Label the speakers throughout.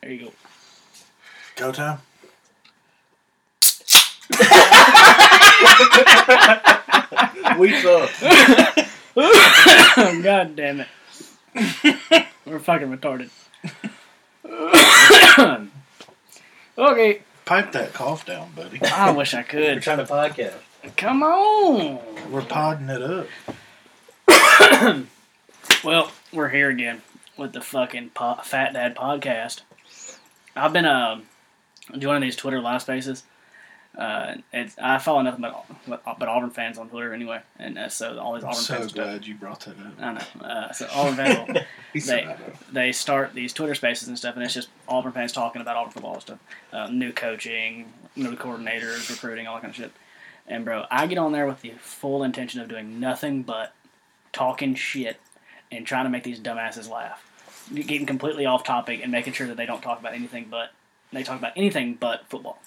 Speaker 1: There you go.
Speaker 2: Go time.
Speaker 3: We suck.
Speaker 1: Oh, God damn it. We're fucking retarded. okay.
Speaker 2: Pipe that cough down, buddy.
Speaker 1: I wish I
Speaker 3: We're
Speaker 1: could.
Speaker 3: trying to podcast.
Speaker 1: Come on.
Speaker 2: We're podding it up.
Speaker 1: Well, we're here again with the fucking po- Fat Dad podcast. I've been uh, joining these Twitter live spaces. Uh, it's, I follow nothing but, but Auburn fans on Twitter anyway, and uh, so all these
Speaker 2: I'm
Speaker 1: Auburn
Speaker 2: so
Speaker 1: fans.
Speaker 2: glad you brought that up.
Speaker 1: I know. Uh, so Auburn fans will
Speaker 2: He's
Speaker 1: They-
Speaker 2: so right up.
Speaker 1: they start these Twitter spaces and stuff, and it's just Auburn fans talking about Auburn football and stuff, uh, new coaching, new coordinators, recruiting, all that kind of shit. And bro, I get on there with the full intention of doing nothing but talking shit and trying to make these dumbasses laugh, getting completely off topic and making sure that they don't talk about anything but they talk about anything but football.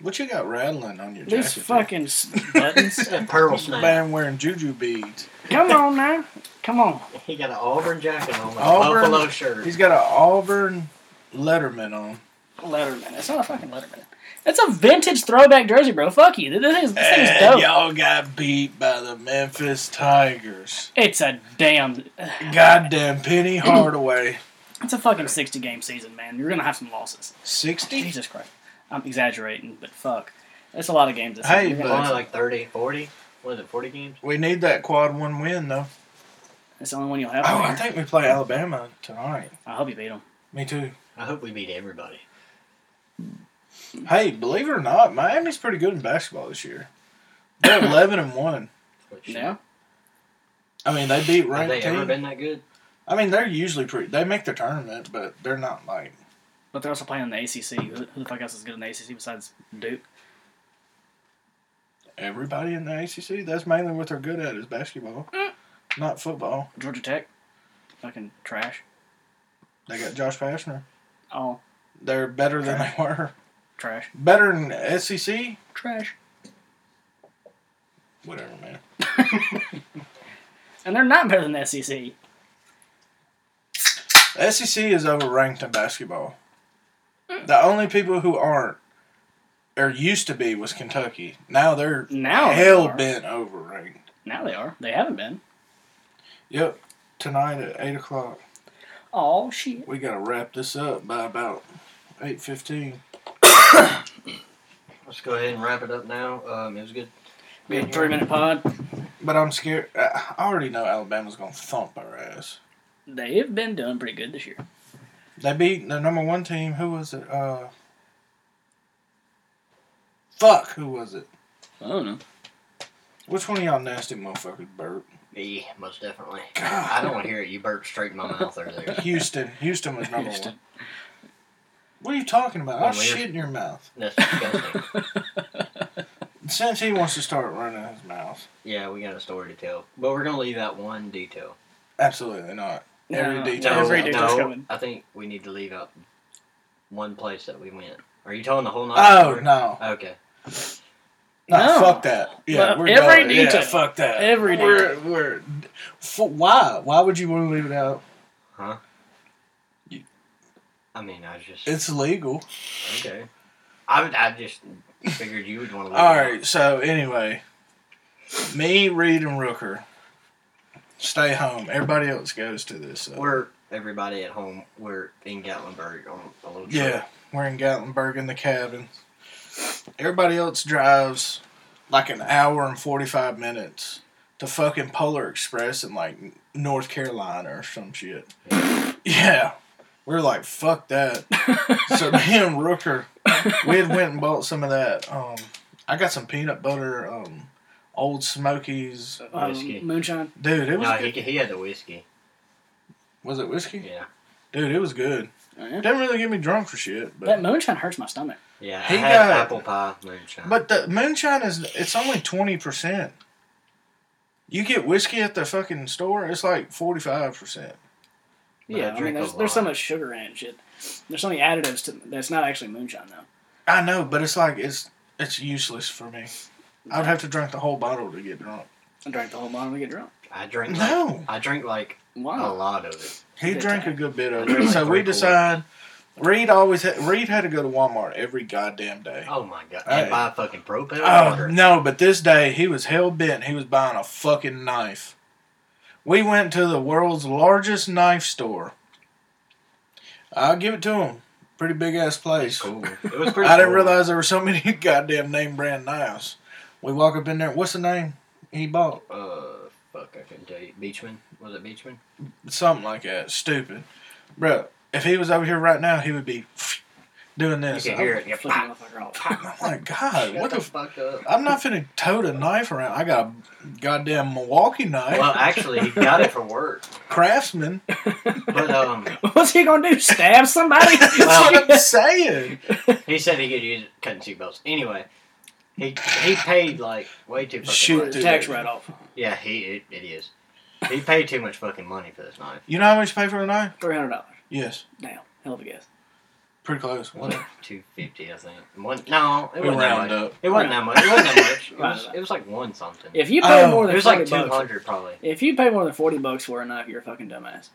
Speaker 2: What you got rattling on your
Speaker 1: These
Speaker 2: jacket? there?
Speaker 1: fucking s- buttons.
Speaker 3: Pearl
Speaker 2: man wearing juju beads.
Speaker 1: Come on now, come on.
Speaker 3: He got an Auburn jacket on, a
Speaker 2: Auburn.
Speaker 3: Buffalo shirt.
Speaker 2: He's got an Auburn Letterman on.
Speaker 1: Letterman. It's not a fucking Letterman. It's a vintage throwback jersey, bro. Fuck you. This thing's, this thing's
Speaker 2: And
Speaker 1: dope.
Speaker 2: y'all got beat by the Memphis Tigers.
Speaker 1: It's a damn.
Speaker 2: Goddamn Penny Hardaway.
Speaker 1: It's a fucking sixty game season, man. You're gonna have some losses.
Speaker 2: 60?
Speaker 1: Jesus Christ. I'm exaggerating, but fuck, that's a lot of games. This
Speaker 2: Hey,
Speaker 1: season. You're gonna-
Speaker 3: Only like 30, 40. What is it, 40 games?
Speaker 2: We need that quad one win, though.
Speaker 1: that's the only one you'll have.
Speaker 2: Oh,
Speaker 1: I,
Speaker 2: I think we play Alabama tonight.
Speaker 1: I hope you beat them.
Speaker 2: Me too.
Speaker 3: I hope we beat everybody.
Speaker 2: Hey, believe it or not, Miami's pretty good in basketball this year. They're 11 and 1.
Speaker 3: Which,
Speaker 1: Yeah.
Speaker 2: I mean, they beat
Speaker 3: Have they
Speaker 2: ranked
Speaker 3: ever
Speaker 2: teams.
Speaker 3: been that good?
Speaker 2: I mean, they're usually pretty. They make the tournament, but they're not like.
Speaker 1: But they're also playing in the ACC. Who who the fuck else is good in the ACC besides Duke?
Speaker 2: Everybody in the ACC, that's mainly what they're good at is basketball,
Speaker 1: Mm.
Speaker 2: not football.
Speaker 1: Georgia Tech, fucking trash.
Speaker 2: They got Josh Pastner.
Speaker 1: All
Speaker 2: They're better than they were.
Speaker 1: trash.
Speaker 2: Better than E SEC?
Speaker 1: Trash.
Speaker 2: Whatever, man.
Speaker 1: And they're not better than the E SEC.
Speaker 2: SEC E is overranked in basketball. The only people who aren't, or used to be, was Kentucky. Now they're
Speaker 1: Now they
Speaker 2: hell
Speaker 1: are.
Speaker 2: bent overranked.
Speaker 1: Now they are. They haven't been.
Speaker 2: Yep. Tonight at eight o'clock,
Speaker 1: Oh shit.
Speaker 2: we gotta wrap this up by about eight fifteen.
Speaker 3: Let's go ahead and wrap it up now. Um, it was good.
Speaker 1: We had a three minute pod.
Speaker 2: But I'm scared. I I already know Alabama's gonna thump our ass.
Speaker 1: They've been doing pretty good this year.
Speaker 2: They beat the number one team. Who was it? Uh, fuck. Who was it?
Speaker 1: I don't know.
Speaker 2: Which one of y'all nasty motherfuckers burp?
Speaker 3: Me, most definitely.
Speaker 2: God.
Speaker 3: I don't want to hear it. You burped straight in my mouth earlier.
Speaker 2: Houston. Houston was number
Speaker 1: Houston.
Speaker 2: one. What are you talking about? I'll
Speaker 3: Well, we're-
Speaker 2: shit in your mouth.
Speaker 3: That's disgusting.
Speaker 2: Since he wants to start running his mouth,
Speaker 3: Yeah, we got a story to tell. But we're going to leave out one detail.
Speaker 2: absolutely not. Every
Speaker 1: No,
Speaker 2: detail.
Speaker 3: No,
Speaker 1: Every
Speaker 3: no,
Speaker 1: detail's coming.
Speaker 3: I think we need to leave out one place that we went. Are you telling the whole night?
Speaker 2: Oh
Speaker 3: story?
Speaker 2: no.
Speaker 3: Okay.
Speaker 2: no!
Speaker 1: No.
Speaker 2: Fuck that. Yeah,
Speaker 1: Well,
Speaker 2: we're
Speaker 1: every
Speaker 2: done. Yeah,
Speaker 1: detail.
Speaker 2: fuck that.
Speaker 1: Every
Speaker 2: we're, We're, for, why? Why would you want to leave it out?
Speaker 3: I mean, I just
Speaker 2: It's legal.
Speaker 3: okay. I, I just figured you would want to.
Speaker 2: All right. So anyway, me, Reed, and Rooker stay home. Everybody else goes to this. so-
Speaker 3: We're everybody at home. We're in Gatlinburg on a little trip.
Speaker 2: Yeah, we're in Gatlinburg in the cabin. Everybody else drives like an hour and 45 minutes to fucking Polar Express in like North Carolina or some shit. Yeah. We're like, fuck that. so me and Rooker, we had went and bought some of that. Um, I got some peanut butter, um, Old Smokies.
Speaker 3: Whiskey.
Speaker 1: Um, moonshine.
Speaker 2: Dude, it was
Speaker 3: No, he,
Speaker 2: good.
Speaker 3: he had the whiskey.
Speaker 2: Was it whiskey?
Speaker 3: Yeah,
Speaker 2: Dude, it was good. Didn't really get me drunk for shit. But
Speaker 1: That moonshine hurts my stomach.
Speaker 3: yeah.
Speaker 2: He
Speaker 3: I had
Speaker 2: got-
Speaker 3: apple pie moonshine.
Speaker 2: But the moonshine is it's only twenty percent. You get whiskey at the fucking store, it's like forty five percent.
Speaker 3: But I
Speaker 1: Yeah, I mean,
Speaker 3: drink a
Speaker 1: there's, there's so
Speaker 3: lot.
Speaker 1: much sugar in it and shit. There's so many additives to that's not actually moonshine though.
Speaker 2: I know, but it's like it's it's useless for me. I'd have to drink the whole bottle to get drunk.
Speaker 1: I drank the whole bottle to get drunk.
Speaker 3: I drink. Like,
Speaker 2: No.
Speaker 3: I drink like A
Speaker 1: Wow.
Speaker 3: lot of it.
Speaker 2: He
Speaker 1: Good
Speaker 2: drank
Speaker 1: time.
Speaker 2: a good bit of
Speaker 3: I drank
Speaker 2: it. So
Speaker 3: like
Speaker 2: we
Speaker 3: three
Speaker 2: decide. Reed always had, Reed had to go to Walmart every goddamn day.
Speaker 3: Oh my god.
Speaker 2: Hey.
Speaker 3: And buy fucking propane
Speaker 2: Oh
Speaker 3: water.
Speaker 2: no! But this day he was hell bent. He was buying a fucking knife. We went to the world's largest knife store. I'll give it to him. Pretty big ass place.
Speaker 3: Cool. It was pretty
Speaker 2: I didn't
Speaker 3: cool.
Speaker 2: realize there were so many goddamn name brand knives. We walk up in there. What's the name he bought?
Speaker 3: Uh, fuck, I couldn't tell you. Beachman? Was it Beachman?
Speaker 2: Something like that. Stupid, bro. If he was over here right now, he would be doing
Speaker 3: You
Speaker 2: this.
Speaker 3: can
Speaker 2: I'm-
Speaker 3: hear it. Yeah,
Speaker 1: Flip the motherfucker off.
Speaker 2: Oh my god!
Speaker 3: Shut
Speaker 2: What the?
Speaker 3: the
Speaker 2: F-
Speaker 3: fuck up?
Speaker 2: I'm not finna tote a knife around. I got a goddamn Milwaukee knife,
Speaker 3: Well, actually, he got it for work.
Speaker 2: Craftsman.
Speaker 3: But um,
Speaker 1: What's he gonna do? Stab somebody?
Speaker 2: That's what I'm saying.
Speaker 3: he said he could use it cutting seatbelts. Anyway, he he paid like way too fucking
Speaker 2: Shoot,
Speaker 3: much.
Speaker 2: dude.
Speaker 1: Tax write off.
Speaker 3: Yeah, he it, it is. He paid too much fucking money for this knife.
Speaker 2: You know how much you pay for a knife?
Speaker 1: Three hundred dollars.
Speaker 2: Yes,
Speaker 1: Damn. Hell of a guess.
Speaker 2: pretty close.
Speaker 3: What two fifty, I think. One no, it
Speaker 2: We
Speaker 3: wasn't that
Speaker 2: round
Speaker 3: much.
Speaker 2: up.
Speaker 3: It wasn't that much. It wasn't that much. It
Speaker 1: Round
Speaker 3: was,
Speaker 1: up.
Speaker 3: it was like one something.
Speaker 1: If you pay
Speaker 2: Oh.
Speaker 1: more
Speaker 3: it
Speaker 1: than
Speaker 3: was like
Speaker 1: forty
Speaker 3: two
Speaker 1: bucks,
Speaker 3: hundred probably.
Speaker 1: if you pay more than forty bucks for a knife, you're a fucking dumbass.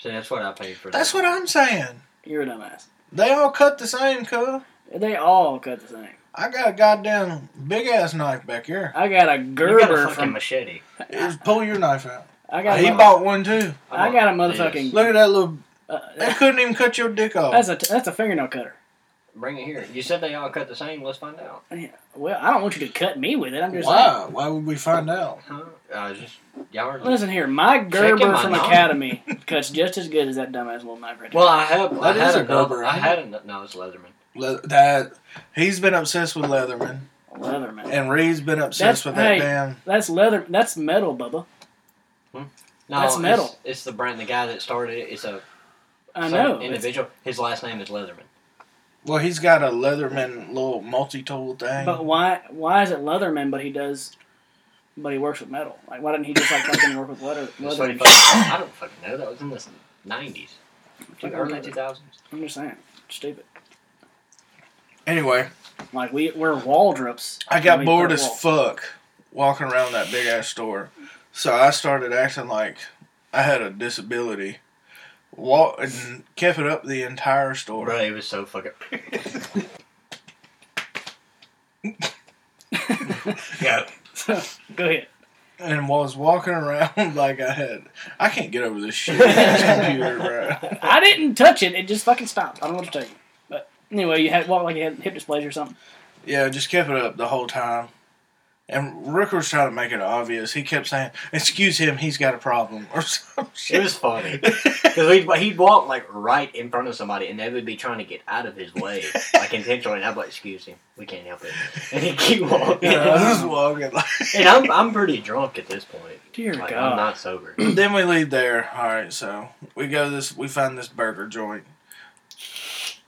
Speaker 3: So that's what I paid for.
Speaker 2: That's
Speaker 3: that.
Speaker 2: what I'm saying.
Speaker 1: You're a dumbass.
Speaker 2: They all cut the same, cuz.
Speaker 1: They all cut the same.
Speaker 2: I got a goddamn big ass knife back here.
Speaker 1: I got a
Speaker 3: You got a
Speaker 1: Gerber
Speaker 3: fucking
Speaker 1: from.
Speaker 3: machete.
Speaker 2: Just pull your knife out.
Speaker 1: I got.
Speaker 2: he
Speaker 1: a,
Speaker 2: bought one too.
Speaker 1: I got a motherfucking.
Speaker 2: Look at that little. They
Speaker 1: Uh,
Speaker 2: couldn't even cut your dick off.
Speaker 1: that's a that's a fingernail cutter.
Speaker 3: Bring it here. You said they all cut the same. Let's find out.
Speaker 1: Well, I don't want you to cut me with it. I'm just
Speaker 2: Why? Why would we find out?
Speaker 3: Huh? I was just y'all are
Speaker 1: saying. Listen here, my Gerber
Speaker 3: my
Speaker 1: from
Speaker 3: knowledge.
Speaker 1: Academy cuts just as good as that dumbass little knife right there.
Speaker 3: Well, I have. I
Speaker 2: That
Speaker 3: had
Speaker 2: is a
Speaker 3: another-
Speaker 2: Gerber,
Speaker 3: I
Speaker 2: isn't
Speaker 3: had a no. It's Leatherman.
Speaker 2: Le- that he's been obsessed with Leatherman,
Speaker 1: leather man.
Speaker 2: and Reed's been
Speaker 1: That's-
Speaker 2: obsessed with that
Speaker 1: hey.
Speaker 2: damn.
Speaker 1: That's leather. That's metal, Bubba.
Speaker 3: No,
Speaker 1: That's
Speaker 3: it's-
Speaker 1: metal.
Speaker 3: It's, the brand. The guy that started it. It's a
Speaker 1: I
Speaker 3: some
Speaker 1: know. It's-
Speaker 3: individual. His last name is Leatherman.
Speaker 2: Well, he's got a Leatherman little multi-tool thing.
Speaker 1: But why? Why is it Leatherman? But he does. But he works with metal. Like, why didn't he just like fucking work with leather?
Speaker 3: That's what he
Speaker 1: leather?
Speaker 3: fucking- I don't fucking know. That was in the nineties, early two thousands.
Speaker 1: I'm just saying, stupid.
Speaker 2: anyway,
Speaker 1: Like we we're Waldrops.
Speaker 2: I got
Speaker 1: We
Speaker 2: bored
Speaker 1: put
Speaker 2: as
Speaker 1: wall-
Speaker 2: fuck walking around that big ass store. So I started acting like I had a disability. Walk and kept it up the entire store.
Speaker 3: Bro, he was so fucking. yeah.
Speaker 1: Go ahead.
Speaker 2: And was walking around like I had I can't get over this shit on this computer, bro.
Speaker 1: I didn't touch it. It just fucking stopped. I don't know what to tell you. But anyway, you had what like you had hip dysplasia or something.
Speaker 2: Yeah, just kept it up the whole time. And Rick was trying to make it obvious. He kept saying, Excuse him, he's got a problem or some
Speaker 3: It
Speaker 2: shit.
Speaker 3: was funny because he'd, he'd walk like right in front of somebody, and they would be trying to get out of his way, like intentionally. And I'd be like, "Excuse him, we can't help it," and he'd keep walking.
Speaker 2: You know, I was walking like
Speaker 3: And I'm I'm pretty drunk at this point.
Speaker 1: Dear
Speaker 3: Like
Speaker 1: God.
Speaker 3: I'm not sober.
Speaker 2: then we leave there. All right, so we go this. We find this burger joint.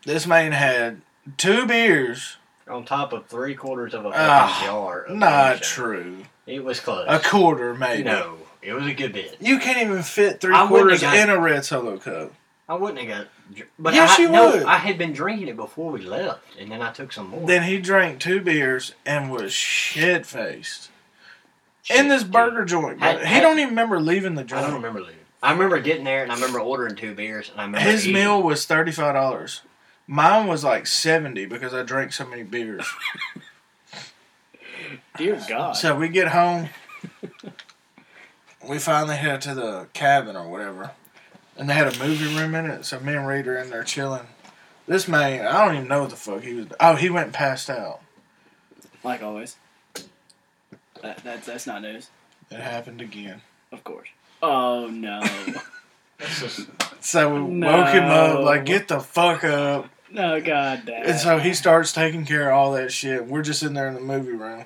Speaker 2: This man had two beers.
Speaker 3: On top of three quarters of a fucking
Speaker 2: Ah,
Speaker 3: jar. Of
Speaker 2: Not
Speaker 3: moonshine.
Speaker 2: true.
Speaker 3: It was close.
Speaker 2: A quarter, maybe.
Speaker 3: no, it was a good bit.
Speaker 2: You can't even fit three
Speaker 3: I wouldn't
Speaker 2: quarters
Speaker 3: have got-
Speaker 2: in a red solo cup.
Speaker 3: I wouldn't have got. dr- But
Speaker 2: Yes,
Speaker 3: I,
Speaker 2: you
Speaker 3: no,
Speaker 2: would.
Speaker 3: I had been drinking it before we left, and then I took some more.
Speaker 2: Then he drank two beers and was shit faced
Speaker 3: Shit,
Speaker 2: in this
Speaker 3: dude.
Speaker 2: burger joint.
Speaker 3: Had-
Speaker 2: bro. he
Speaker 3: had-
Speaker 2: don't even remember leaving the
Speaker 3: I don't
Speaker 2: joint.
Speaker 3: remember leaving. I remember getting there, and I remember ordering two beers, and I remember
Speaker 2: His
Speaker 3: eating.
Speaker 2: meal was thirty five dollars. Mine was like seventy because I drank so many beers.
Speaker 1: Dear God.
Speaker 2: So we get home. we finally head to the cabin or whatever. And they had a movie room in it, so me and Reed are in there chilling. This man, I don't even know what the fuck he was. Oh, he went and passed out.
Speaker 1: like always. That, that's that's not news.
Speaker 2: It happened again.
Speaker 1: Of course. Oh no.
Speaker 3: That's just-
Speaker 2: So we
Speaker 1: No.
Speaker 2: woke him up, like, get the fuck up.
Speaker 1: no God damn.
Speaker 2: And so he starts taking care of all that shit. We're just in there in the movie room.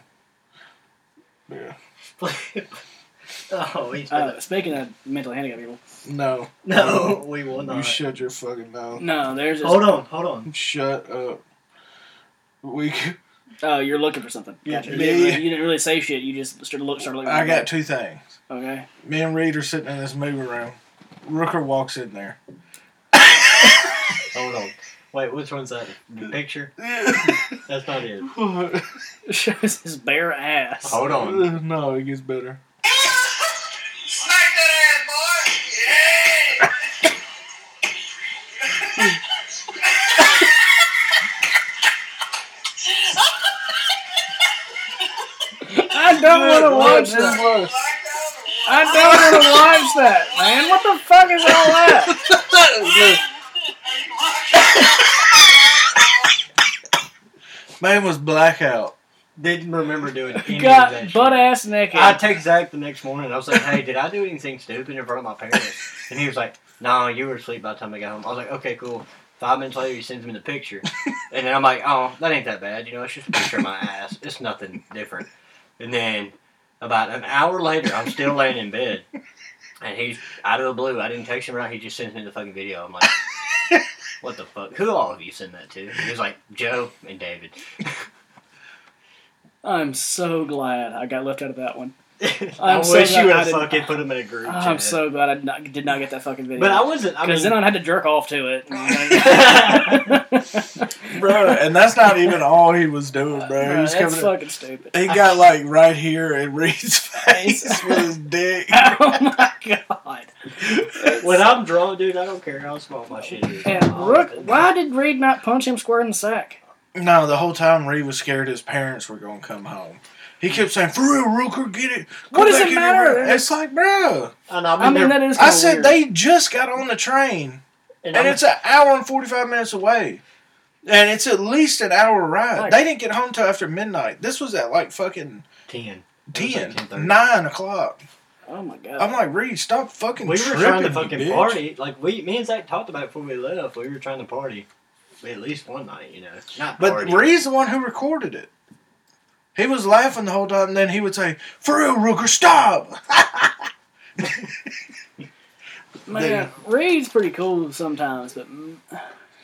Speaker 2: Yeah.
Speaker 3: oh, he's
Speaker 1: uh, speaking of mental handicap people,
Speaker 2: No.
Speaker 3: no, we will
Speaker 2: You
Speaker 3: not.
Speaker 2: shut your fucking mouth.
Speaker 1: no, there's this,
Speaker 3: Hold on, hold on.
Speaker 2: Shut up. We.
Speaker 1: Oh, you're looking for something.
Speaker 2: Yeah,
Speaker 1: Gotcha.
Speaker 2: yeah,
Speaker 1: You, didn't really,
Speaker 2: yeah.
Speaker 1: you didn't really say shit. You just started look started looking.
Speaker 2: I got two things.
Speaker 1: Okay.
Speaker 2: Me and Reed are sitting in this movie room. Rooker walks in there.
Speaker 3: Hold on. Wait, which one's that? The picture? That's not it.
Speaker 1: Shows his bare ass.
Speaker 3: Oh, Hold on.
Speaker 2: no, it gets better.
Speaker 4: Smack that ass, boy! Yeah!
Speaker 1: wanna watch
Speaker 2: What
Speaker 1: that.
Speaker 2: was-
Speaker 1: I don't want to watch that, man. What the fuck is all that?
Speaker 2: Man was blackout.
Speaker 3: Didn't remember doing any of
Speaker 1: Got
Speaker 3: that shit.
Speaker 1: butt ass naked.
Speaker 3: I text Zach the next morning. I was like, "Hey, did I do anything stupid in front of my parents?" And he was like, "No, you were asleep by the time I got home." I was like, "Okay, cool." Five minutes later, he sends me the picture, and then I'm like, "Oh, that ain't that bad. You know, it's just a picture of my ass. It's nothing different." And then about an hour later, I'm still laying in bed, and he's out of the blue. I didn't text him right. He just sends me the fucking video. I'm like. What the fuck? Who all of you send that to? He was like Joe and David.
Speaker 1: I'm so glad I got left out of that one.
Speaker 3: i
Speaker 1: I'm so
Speaker 3: wish
Speaker 1: glad
Speaker 3: you would
Speaker 1: I
Speaker 3: have
Speaker 1: didn't-
Speaker 3: fucking put him in a group.
Speaker 1: I'm
Speaker 3: chat.
Speaker 1: so glad I did not, did not get that fucking video.
Speaker 3: But I wasn't. I mean,
Speaker 1: because then I'd have to jerk off to it.
Speaker 2: Bro, and that's not even all he was doing, bro. he
Speaker 1: Bro,
Speaker 2: was
Speaker 1: that's
Speaker 2: coming up-
Speaker 1: fucking stupid.
Speaker 2: He got like right here in Reed's face with his dick.
Speaker 1: oh my god!
Speaker 3: When I'm drunk, dude, I don't care how small my shit is.
Speaker 1: And
Speaker 3: I'm
Speaker 1: Rook,
Speaker 3: honest.
Speaker 1: why did Reed not punch him square in the sack?
Speaker 2: No, the whole time Reed was scared his parents were gonna come home. He kept saying, "For real, Rooker, get it." Come
Speaker 1: What does
Speaker 2: back
Speaker 1: it
Speaker 2: in here,
Speaker 1: matter?
Speaker 2: Rooker." It's like, bro.
Speaker 3: And I'm
Speaker 1: I
Speaker 3: in
Speaker 1: mean,
Speaker 3: there,
Speaker 1: that is.
Speaker 2: I
Speaker 1: kinda
Speaker 2: said
Speaker 1: weird.
Speaker 2: they just got on the train,
Speaker 3: and
Speaker 2: and
Speaker 3: I'm-
Speaker 2: it's an hour and forty-five minutes away, and it's at least an hour ride.
Speaker 1: Right.
Speaker 2: They didn't get home till after midnight. This was at like fucking
Speaker 3: ten. It was like
Speaker 2: 10,
Speaker 3: 10:30.
Speaker 2: 9 o'clock.
Speaker 1: Oh my god!
Speaker 2: I'm like, Reed, stop fucking.
Speaker 3: We were
Speaker 2: tripping,
Speaker 3: trying to
Speaker 2: you
Speaker 3: fucking
Speaker 2: bitch.
Speaker 3: party. Like we, me and Zach talked about it before we left. We were trying to party at least one night, you know. Not
Speaker 2: But
Speaker 3: party.
Speaker 2: Reed's the one who recorded it. He was laughing the whole time, and then he would say, "For real, Rooker, stop."
Speaker 1: Man, Reed's pretty cool sometimes, but mm,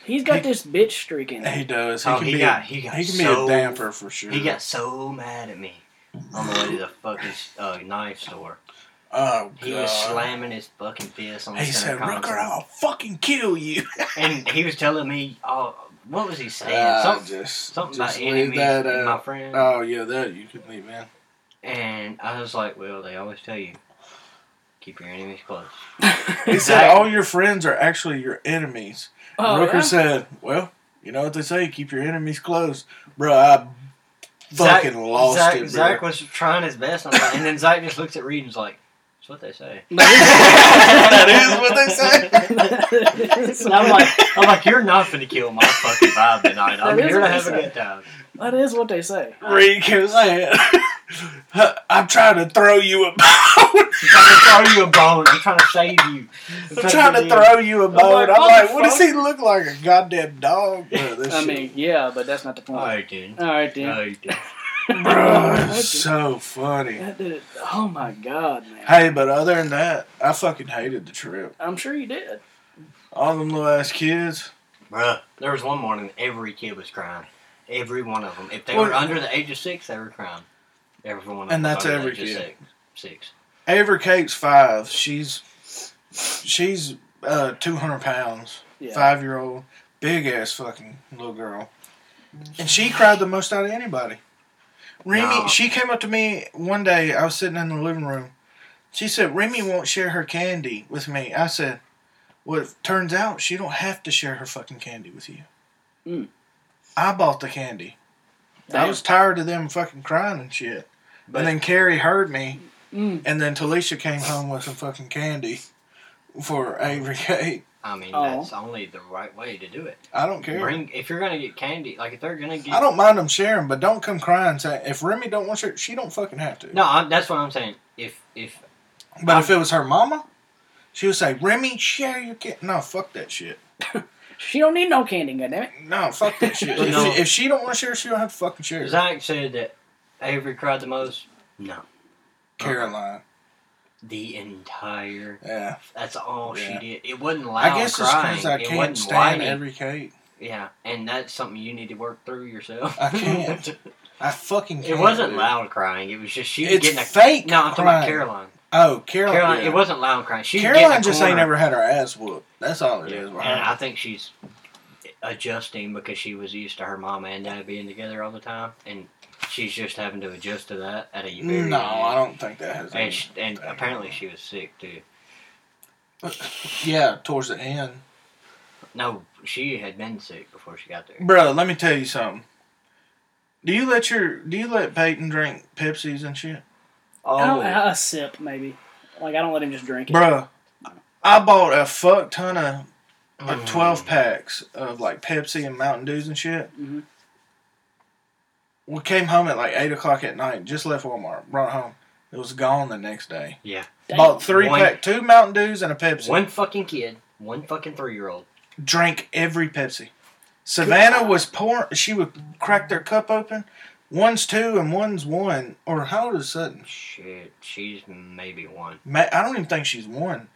Speaker 1: he's got
Speaker 2: He-
Speaker 1: this bitch streak in
Speaker 2: He
Speaker 1: him.
Speaker 2: does. He
Speaker 3: Oh,
Speaker 2: can
Speaker 3: he
Speaker 2: be.
Speaker 3: got-
Speaker 2: a,
Speaker 3: he got
Speaker 2: can
Speaker 3: so-
Speaker 2: be a damper for sure.
Speaker 3: he got so mad at me on the way to the fucking uh, knife store.
Speaker 2: Oh
Speaker 3: He
Speaker 2: god.
Speaker 3: was slamming his fucking fist on the
Speaker 2: he
Speaker 3: center
Speaker 2: said, "Rooker,
Speaker 3: console,
Speaker 2: I'll fucking kill you."
Speaker 3: and he was telling me, "Oh, what was he saying?
Speaker 2: Uh,
Speaker 3: something,
Speaker 2: just,
Speaker 3: something
Speaker 2: just
Speaker 3: about
Speaker 2: leave
Speaker 3: enemies
Speaker 2: that.
Speaker 3: and
Speaker 2: Uh,
Speaker 3: my friend."
Speaker 2: oh yeah, that you can leave in.
Speaker 3: And I was like, well, they always tell you, keep your enemies close.
Speaker 2: He said, "All your friends are actually your enemies."
Speaker 1: Oh,
Speaker 2: Rooker
Speaker 1: yeah?
Speaker 2: said, "Well, you know what they say: keep your enemies close, bro." I fucking lost
Speaker 3: Zach,
Speaker 2: it, bro.
Speaker 3: Zach was trying his best, and, I'm like- and then Zach just looks at Reed and and's like, that's what they say.
Speaker 2: that is what they say.
Speaker 3: And I'm like, I'm like, you're not going to kill my fucking vibe tonight. I'm
Speaker 1: That is
Speaker 3: here to
Speaker 1: what
Speaker 3: have
Speaker 1: they
Speaker 3: a
Speaker 1: say.
Speaker 3: good time.
Speaker 1: that is what they say.
Speaker 2: Reed kept saying, "I'm trying to throw you a bone.
Speaker 3: I'm trying to throw you a bone. I'm trying to save you.
Speaker 2: I'm trying to throw you a bone."
Speaker 3: like,
Speaker 2: I'm
Speaker 3: what
Speaker 2: like,
Speaker 3: the
Speaker 2: "What does
Speaker 3: fuck?"
Speaker 2: he look like? A goddamn dog?" Bro, this
Speaker 1: I
Speaker 2: shit-
Speaker 1: mean, yeah, but that's not the point.
Speaker 3: All right, dude.
Speaker 1: All right,
Speaker 3: All
Speaker 1: then.
Speaker 3: right, dude.
Speaker 2: Bro,
Speaker 1: Okay.
Speaker 2: it's so funny.
Speaker 1: That did it. Oh my god, man!
Speaker 2: Hey, but other than that, I fucking hated the trip.
Speaker 1: I'm sure you did.
Speaker 2: All them little ass kids.
Speaker 3: Bruh, there was one morning every kid was crying. Every one of them. If they were
Speaker 2: Well-
Speaker 3: under the age of six, they were crying. Every one of them.
Speaker 2: And
Speaker 3: was
Speaker 2: that's
Speaker 3: under the
Speaker 2: every
Speaker 3: age of
Speaker 2: kid.
Speaker 3: Six.
Speaker 2: Avery Kate's five. She's she's uh, two hundred pounds.
Speaker 1: Yeah.
Speaker 2: Five year old, big ass fucking little girl. And she cried the most out of anybody. Remy,
Speaker 3: No.
Speaker 2: she came up to me one day. I was sitting in the living room. She said, "Remy won't share her candy with me." I said, "Well, it turns out she don't have to share her fucking candy with you."
Speaker 1: Mm.
Speaker 2: I bought the candy. I
Speaker 1: Damn.
Speaker 2: was tired of them fucking crying and shit.
Speaker 3: But-
Speaker 2: and then Carrie heard me,
Speaker 1: Mm.
Speaker 2: and then Talisha came home with some fucking candy for Avery Kate.
Speaker 3: I mean,
Speaker 1: Oh.
Speaker 3: that's only the right way to do it.
Speaker 2: I don't care.
Speaker 3: Bring if you're gonna get candy, like if they're gonna get.
Speaker 2: I don't mind them sharing, but don't come crying saying if Remy don't want to, she don't fucking have to.
Speaker 3: No, I'm, that's what I'm saying. If if
Speaker 2: But if it was her mama, she would say, "Remy, share your kid." No, fuck that shit.
Speaker 1: She don't need no candy, goddammit.
Speaker 2: No, fuck that shit. if,
Speaker 3: No.
Speaker 2: if she don't want to share, she don't have to fucking share.
Speaker 3: Zach said that Avery cried the most, no,
Speaker 2: Caroline,
Speaker 3: the entire.
Speaker 2: yeah.
Speaker 3: That's all
Speaker 2: Yeah.
Speaker 3: she did. It wasn't loud
Speaker 2: I guess it's
Speaker 3: crying.
Speaker 2: because I
Speaker 3: it
Speaker 2: can't
Speaker 3: wasn't
Speaker 2: stand
Speaker 3: whining.
Speaker 2: Avery Kate.
Speaker 3: Yeah, and that's something you need to work through yourself.
Speaker 2: I can't. I fucking.
Speaker 3: It
Speaker 2: Can't,
Speaker 3: wasn't
Speaker 2: dude.
Speaker 3: loud crying. It was just she was
Speaker 2: It's
Speaker 3: getting a
Speaker 2: fake.
Speaker 3: No, I'm talking
Speaker 2: crying.
Speaker 3: about Caroline.
Speaker 2: Oh, Caroline.
Speaker 3: Caroline,
Speaker 2: yeah.
Speaker 3: it wasn't loud crying. She was getting
Speaker 2: Caroline
Speaker 3: a
Speaker 2: just
Speaker 3: corner.
Speaker 2: ain't ever had her ass whooped. That's all it is. with
Speaker 3: And I
Speaker 2: her.
Speaker 3: think she's adjusting because she was used to her mom and dad being together all the time, and she's just having to adjust to that at a very
Speaker 2: No,
Speaker 3: young
Speaker 2: I
Speaker 3: age.
Speaker 2: don't think that has.
Speaker 3: And,
Speaker 2: any-
Speaker 3: she, and apparently she was sick too.
Speaker 2: yeah, towards the end,
Speaker 3: No, she had been sick before she got there.
Speaker 2: bro. Let me tell you something. Do you let your Do you let Peyton drink Pepsis and shit?
Speaker 1: I
Speaker 3: Oh,
Speaker 1: don't, a sip maybe. Like I don't let him just drink it.
Speaker 2: Bruh, I bought a fuck ton of
Speaker 3: Mm-hmm.
Speaker 2: like twelve packs of like Pepsi and Mountain Dews and shit.
Speaker 3: Mm-hmm.
Speaker 1: Mhm.
Speaker 2: We came home at like eight o'clock at night. Just left Walmart, brought home. It was gone the next day.
Speaker 1: Damn.
Speaker 2: Bought three
Speaker 3: One-
Speaker 2: pack, two Mountain Dews and a Pepsi.
Speaker 3: One fucking kid, one fucking three year old.
Speaker 2: Drank every Pepsi. Savannah was pouring. She would crack their cup open. One's two and one's one. Or how old is Sutton?
Speaker 3: Shit, she's maybe one.
Speaker 2: Ma- I don't even think she's one.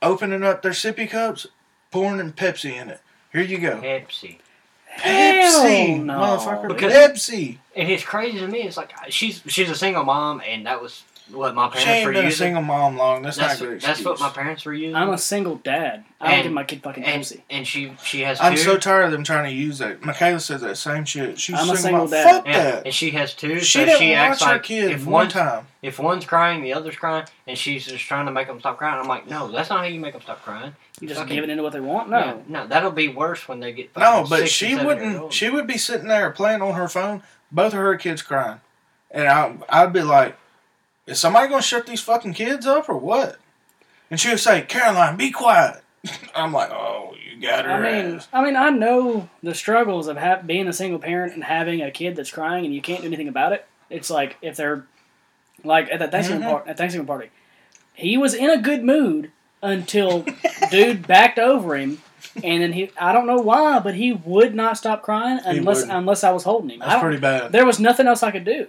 Speaker 2: Opening up their sippy cups, pouring in Pepsi in it. Here you go.
Speaker 3: Pepsi.
Speaker 1: Hell
Speaker 2: Pepsi,
Speaker 1: no.
Speaker 2: motherfucker.
Speaker 3: Because-
Speaker 2: Pepsi.
Speaker 3: And it's crazy to me. It's like she's she's a single mom, and that was what my
Speaker 2: She
Speaker 3: parents
Speaker 2: ain't
Speaker 3: were
Speaker 2: been a
Speaker 3: using.
Speaker 2: single mom long. That's,
Speaker 3: That's,
Speaker 2: not a good
Speaker 3: that's
Speaker 2: excuse.
Speaker 3: what my parents were using.
Speaker 1: I'm a single dad. I don't
Speaker 3: And-
Speaker 1: give my kid fucking
Speaker 3: and,
Speaker 1: Pepsi.
Speaker 3: and she she has
Speaker 2: I'm
Speaker 3: two.
Speaker 2: so tired of them trying to use that. Michaela says that same shit. She's
Speaker 1: I'm a
Speaker 2: single
Speaker 1: single
Speaker 2: mom.
Speaker 1: dad.
Speaker 2: Fuck
Speaker 3: yeah,
Speaker 2: that.
Speaker 3: and she has two.
Speaker 2: She
Speaker 3: so
Speaker 2: didn't
Speaker 3: she
Speaker 2: watch
Speaker 3: acts
Speaker 2: her
Speaker 3: like
Speaker 2: kid
Speaker 3: if
Speaker 2: one
Speaker 3: one's
Speaker 2: time.
Speaker 3: if one's crying, the other's crying, and she's just trying to make them stop crying. I'm like, no, that's not how you make them stop crying.
Speaker 1: You just
Speaker 3: fucking-
Speaker 1: giving into what they want? No.
Speaker 3: no, that'll be worse when they get.
Speaker 2: No,
Speaker 3: fucking
Speaker 2: but
Speaker 3: six and
Speaker 2: she
Speaker 3: seven years
Speaker 2: wouldn't.
Speaker 3: old.
Speaker 2: She would be sitting there playing on her phone, both of her kids crying, and I, I'd be like, "Is somebody gonna shut these fucking kids up or what?" And she would say, "Caroline, be quiet." I'm like, "Oh, you got her."
Speaker 1: I mean,
Speaker 2: ass."
Speaker 1: I mean, I know the struggles of ha- being a single parent and having a kid that's crying and you can't do anything about it. It's like if they're like at that Thanksgiving
Speaker 2: Mhm.
Speaker 1: par- at Thanksgiving party, he was in a good mood until dude backed over him, and then he I don't know why, but he would not stop crying unless
Speaker 2: wouldn't.
Speaker 1: unless I was holding him. I
Speaker 2: that's
Speaker 1: don't-
Speaker 2: pretty bad.
Speaker 1: there was nothing else I could do,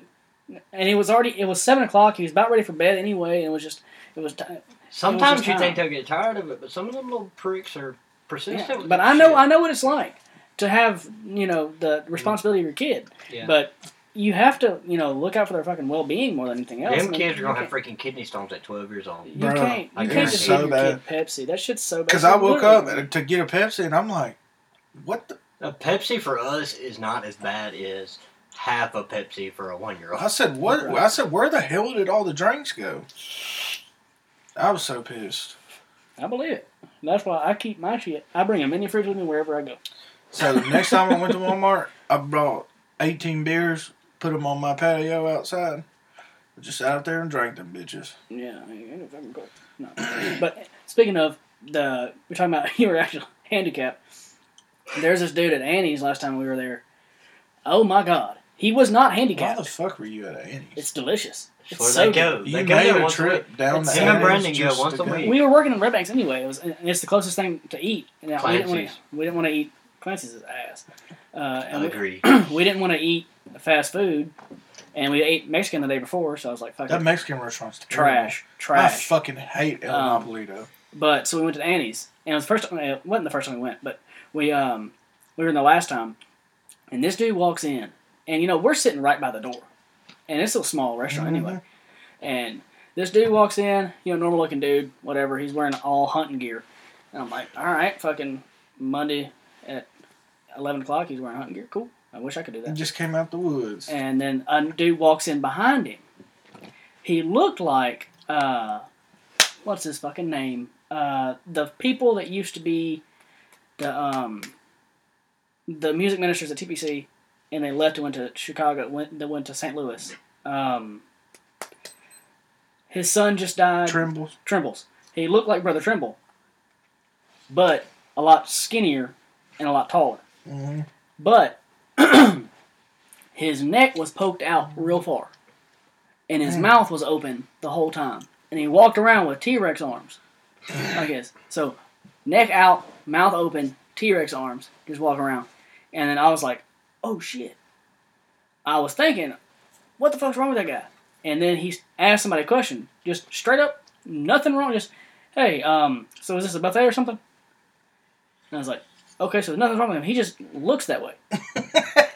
Speaker 1: and it was already it was seven o'clock. He was about ready for bed anyway, and it was just it was. T-
Speaker 3: Sometimes
Speaker 1: just
Speaker 3: you think
Speaker 1: time.
Speaker 3: they'll get tired of it, but some of them little pricks are persistent.
Speaker 1: Yeah,
Speaker 3: with
Speaker 1: but
Speaker 3: that
Speaker 1: I know
Speaker 3: shit.
Speaker 1: I know what it's like to have you know the responsibility of your kid.
Speaker 3: Mm-hmm. Yeah.
Speaker 1: But you have to you know look out for their fucking well being more than anything else.
Speaker 3: them
Speaker 1: I mean,
Speaker 3: kids are
Speaker 1: you
Speaker 3: gonna have
Speaker 1: can't-
Speaker 3: freaking kidney stones at 12 years old.
Speaker 1: You
Speaker 2: Bruh,
Speaker 1: can't.
Speaker 3: I
Speaker 1: You
Speaker 3: guarantee
Speaker 1: can't just
Speaker 3: it.
Speaker 1: give your
Speaker 2: So
Speaker 1: kid Pepsi. That shit's so bad.
Speaker 2: Because I woke up
Speaker 1: Literally.
Speaker 2: and- to get a Pepsi, and I'm like, "What? The?
Speaker 3: A Pepsi for us is not as bad as half a Pepsi for a one-year-old.
Speaker 2: I said what?
Speaker 1: Right.
Speaker 2: I said where the hell did all the drinks go?" I was so pissed.
Speaker 1: I believe it. That's why I keep my shit. I bring a mini fridge with me wherever I go.
Speaker 2: So the next time I went to Walmart, I brought 18 beers, put them on my patio outside, just sat out there and drank them bitches.
Speaker 1: Yeah, I ain't no fucking cold. No. but speaking of the, we're talking about your actual handicap. There's this dude at Annie's last time we were there. Oh my god, he was not
Speaker 2: Why the
Speaker 1: handicapped.
Speaker 2: fuck were you at Annie's?
Speaker 1: It's delicious. It's
Speaker 3: Where
Speaker 1: so
Speaker 3: they
Speaker 1: good.
Speaker 3: go,
Speaker 2: You
Speaker 3: they go
Speaker 2: made
Speaker 3: there
Speaker 2: a
Speaker 3: once a week.
Speaker 2: trip down
Speaker 1: It's-
Speaker 2: the
Speaker 1: Him and
Speaker 3: Brandon go once a week.
Speaker 1: We were working in Red Banks anyway. It was, and it's the closest thing to eat. And we didn't want to.
Speaker 3: Clancy's.
Speaker 1: We didn't want to eat Clancy's ass. Uh,
Speaker 3: I
Speaker 1: and
Speaker 3: agree.
Speaker 1: we, we didn't want to eat fast food, and we ate Mexican the day before. So I was like, "Fuck
Speaker 2: That
Speaker 1: it,
Speaker 2: Mexican restaurant's terrible.
Speaker 1: trash,
Speaker 2: I
Speaker 1: trash."
Speaker 2: fucking hate El
Speaker 1: Um,
Speaker 2: Napolito.
Speaker 1: But so we went to Annie's, and it was the first. Time, it wasn't the first time we went, but we um we were in the last time, and this dude walks in, and you know we're sitting right by the door, and it's a small restaurant anyway, and this dude walks in, you know normal looking dude, whatever. He's wearing all hunting gear, and I'm like, all right, fucking Monday at eleven o'clock, he's wearing hunting gear, cool. I wish I could do
Speaker 2: It
Speaker 1: that.
Speaker 2: just came out the woods.
Speaker 1: And then a dude walks in behind him. He looked like uh, what's his fucking name? Uh, the people that used to be the um, the music ministers at TPC, and they left and went to Chicago. Went that went to St. Louis. Um, his son just died.
Speaker 2: Trembles.
Speaker 1: Trimbles. He looked like Brother Trimble, but a lot skinnier and a lot taller
Speaker 2: hmm
Speaker 1: but his neck was poked out real far, and his mouth was open the whole time, and he walked around with T Rex arms, I guess. So, neck out, mouth open, T Rex arms, just walking around, and then I was like, "Oh shit!" I was thinking, "What the fuck's wrong with that guy?" And then he asked somebody a question, just straight up, nothing wrong, just, "Hey, um, so is this a buffet or something?" And I was like, "Okay, so nothing's wrong with him. He just looks that way."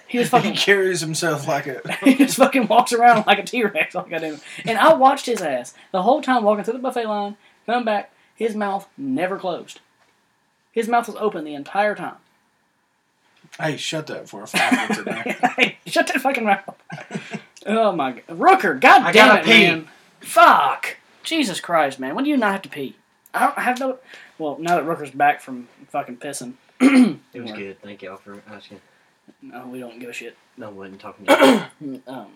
Speaker 1: He just
Speaker 2: He
Speaker 1: fucking
Speaker 2: carries himself like a.
Speaker 1: he just fucking walks around like a T Rex, like I do. And I watched his ass the whole time walking through the buffet line, come back, his mouth never closed. His mouth was open the entire time.
Speaker 2: hey, shut that for a five minutes in there.
Speaker 1: hey, shut that fucking mouth. oh my god. Rooker, god
Speaker 3: I
Speaker 1: damn
Speaker 3: gotta
Speaker 1: it,
Speaker 3: pee.
Speaker 1: man. Fuck. Jesus Christ, man. When do you not have to pee? I don't have no. Well, now that Rooker's back from fucking pissing,
Speaker 3: It was good. Thank y'all for asking.
Speaker 1: no, we don't give a shit.
Speaker 3: No, I wasn't talking to you.
Speaker 1: Um,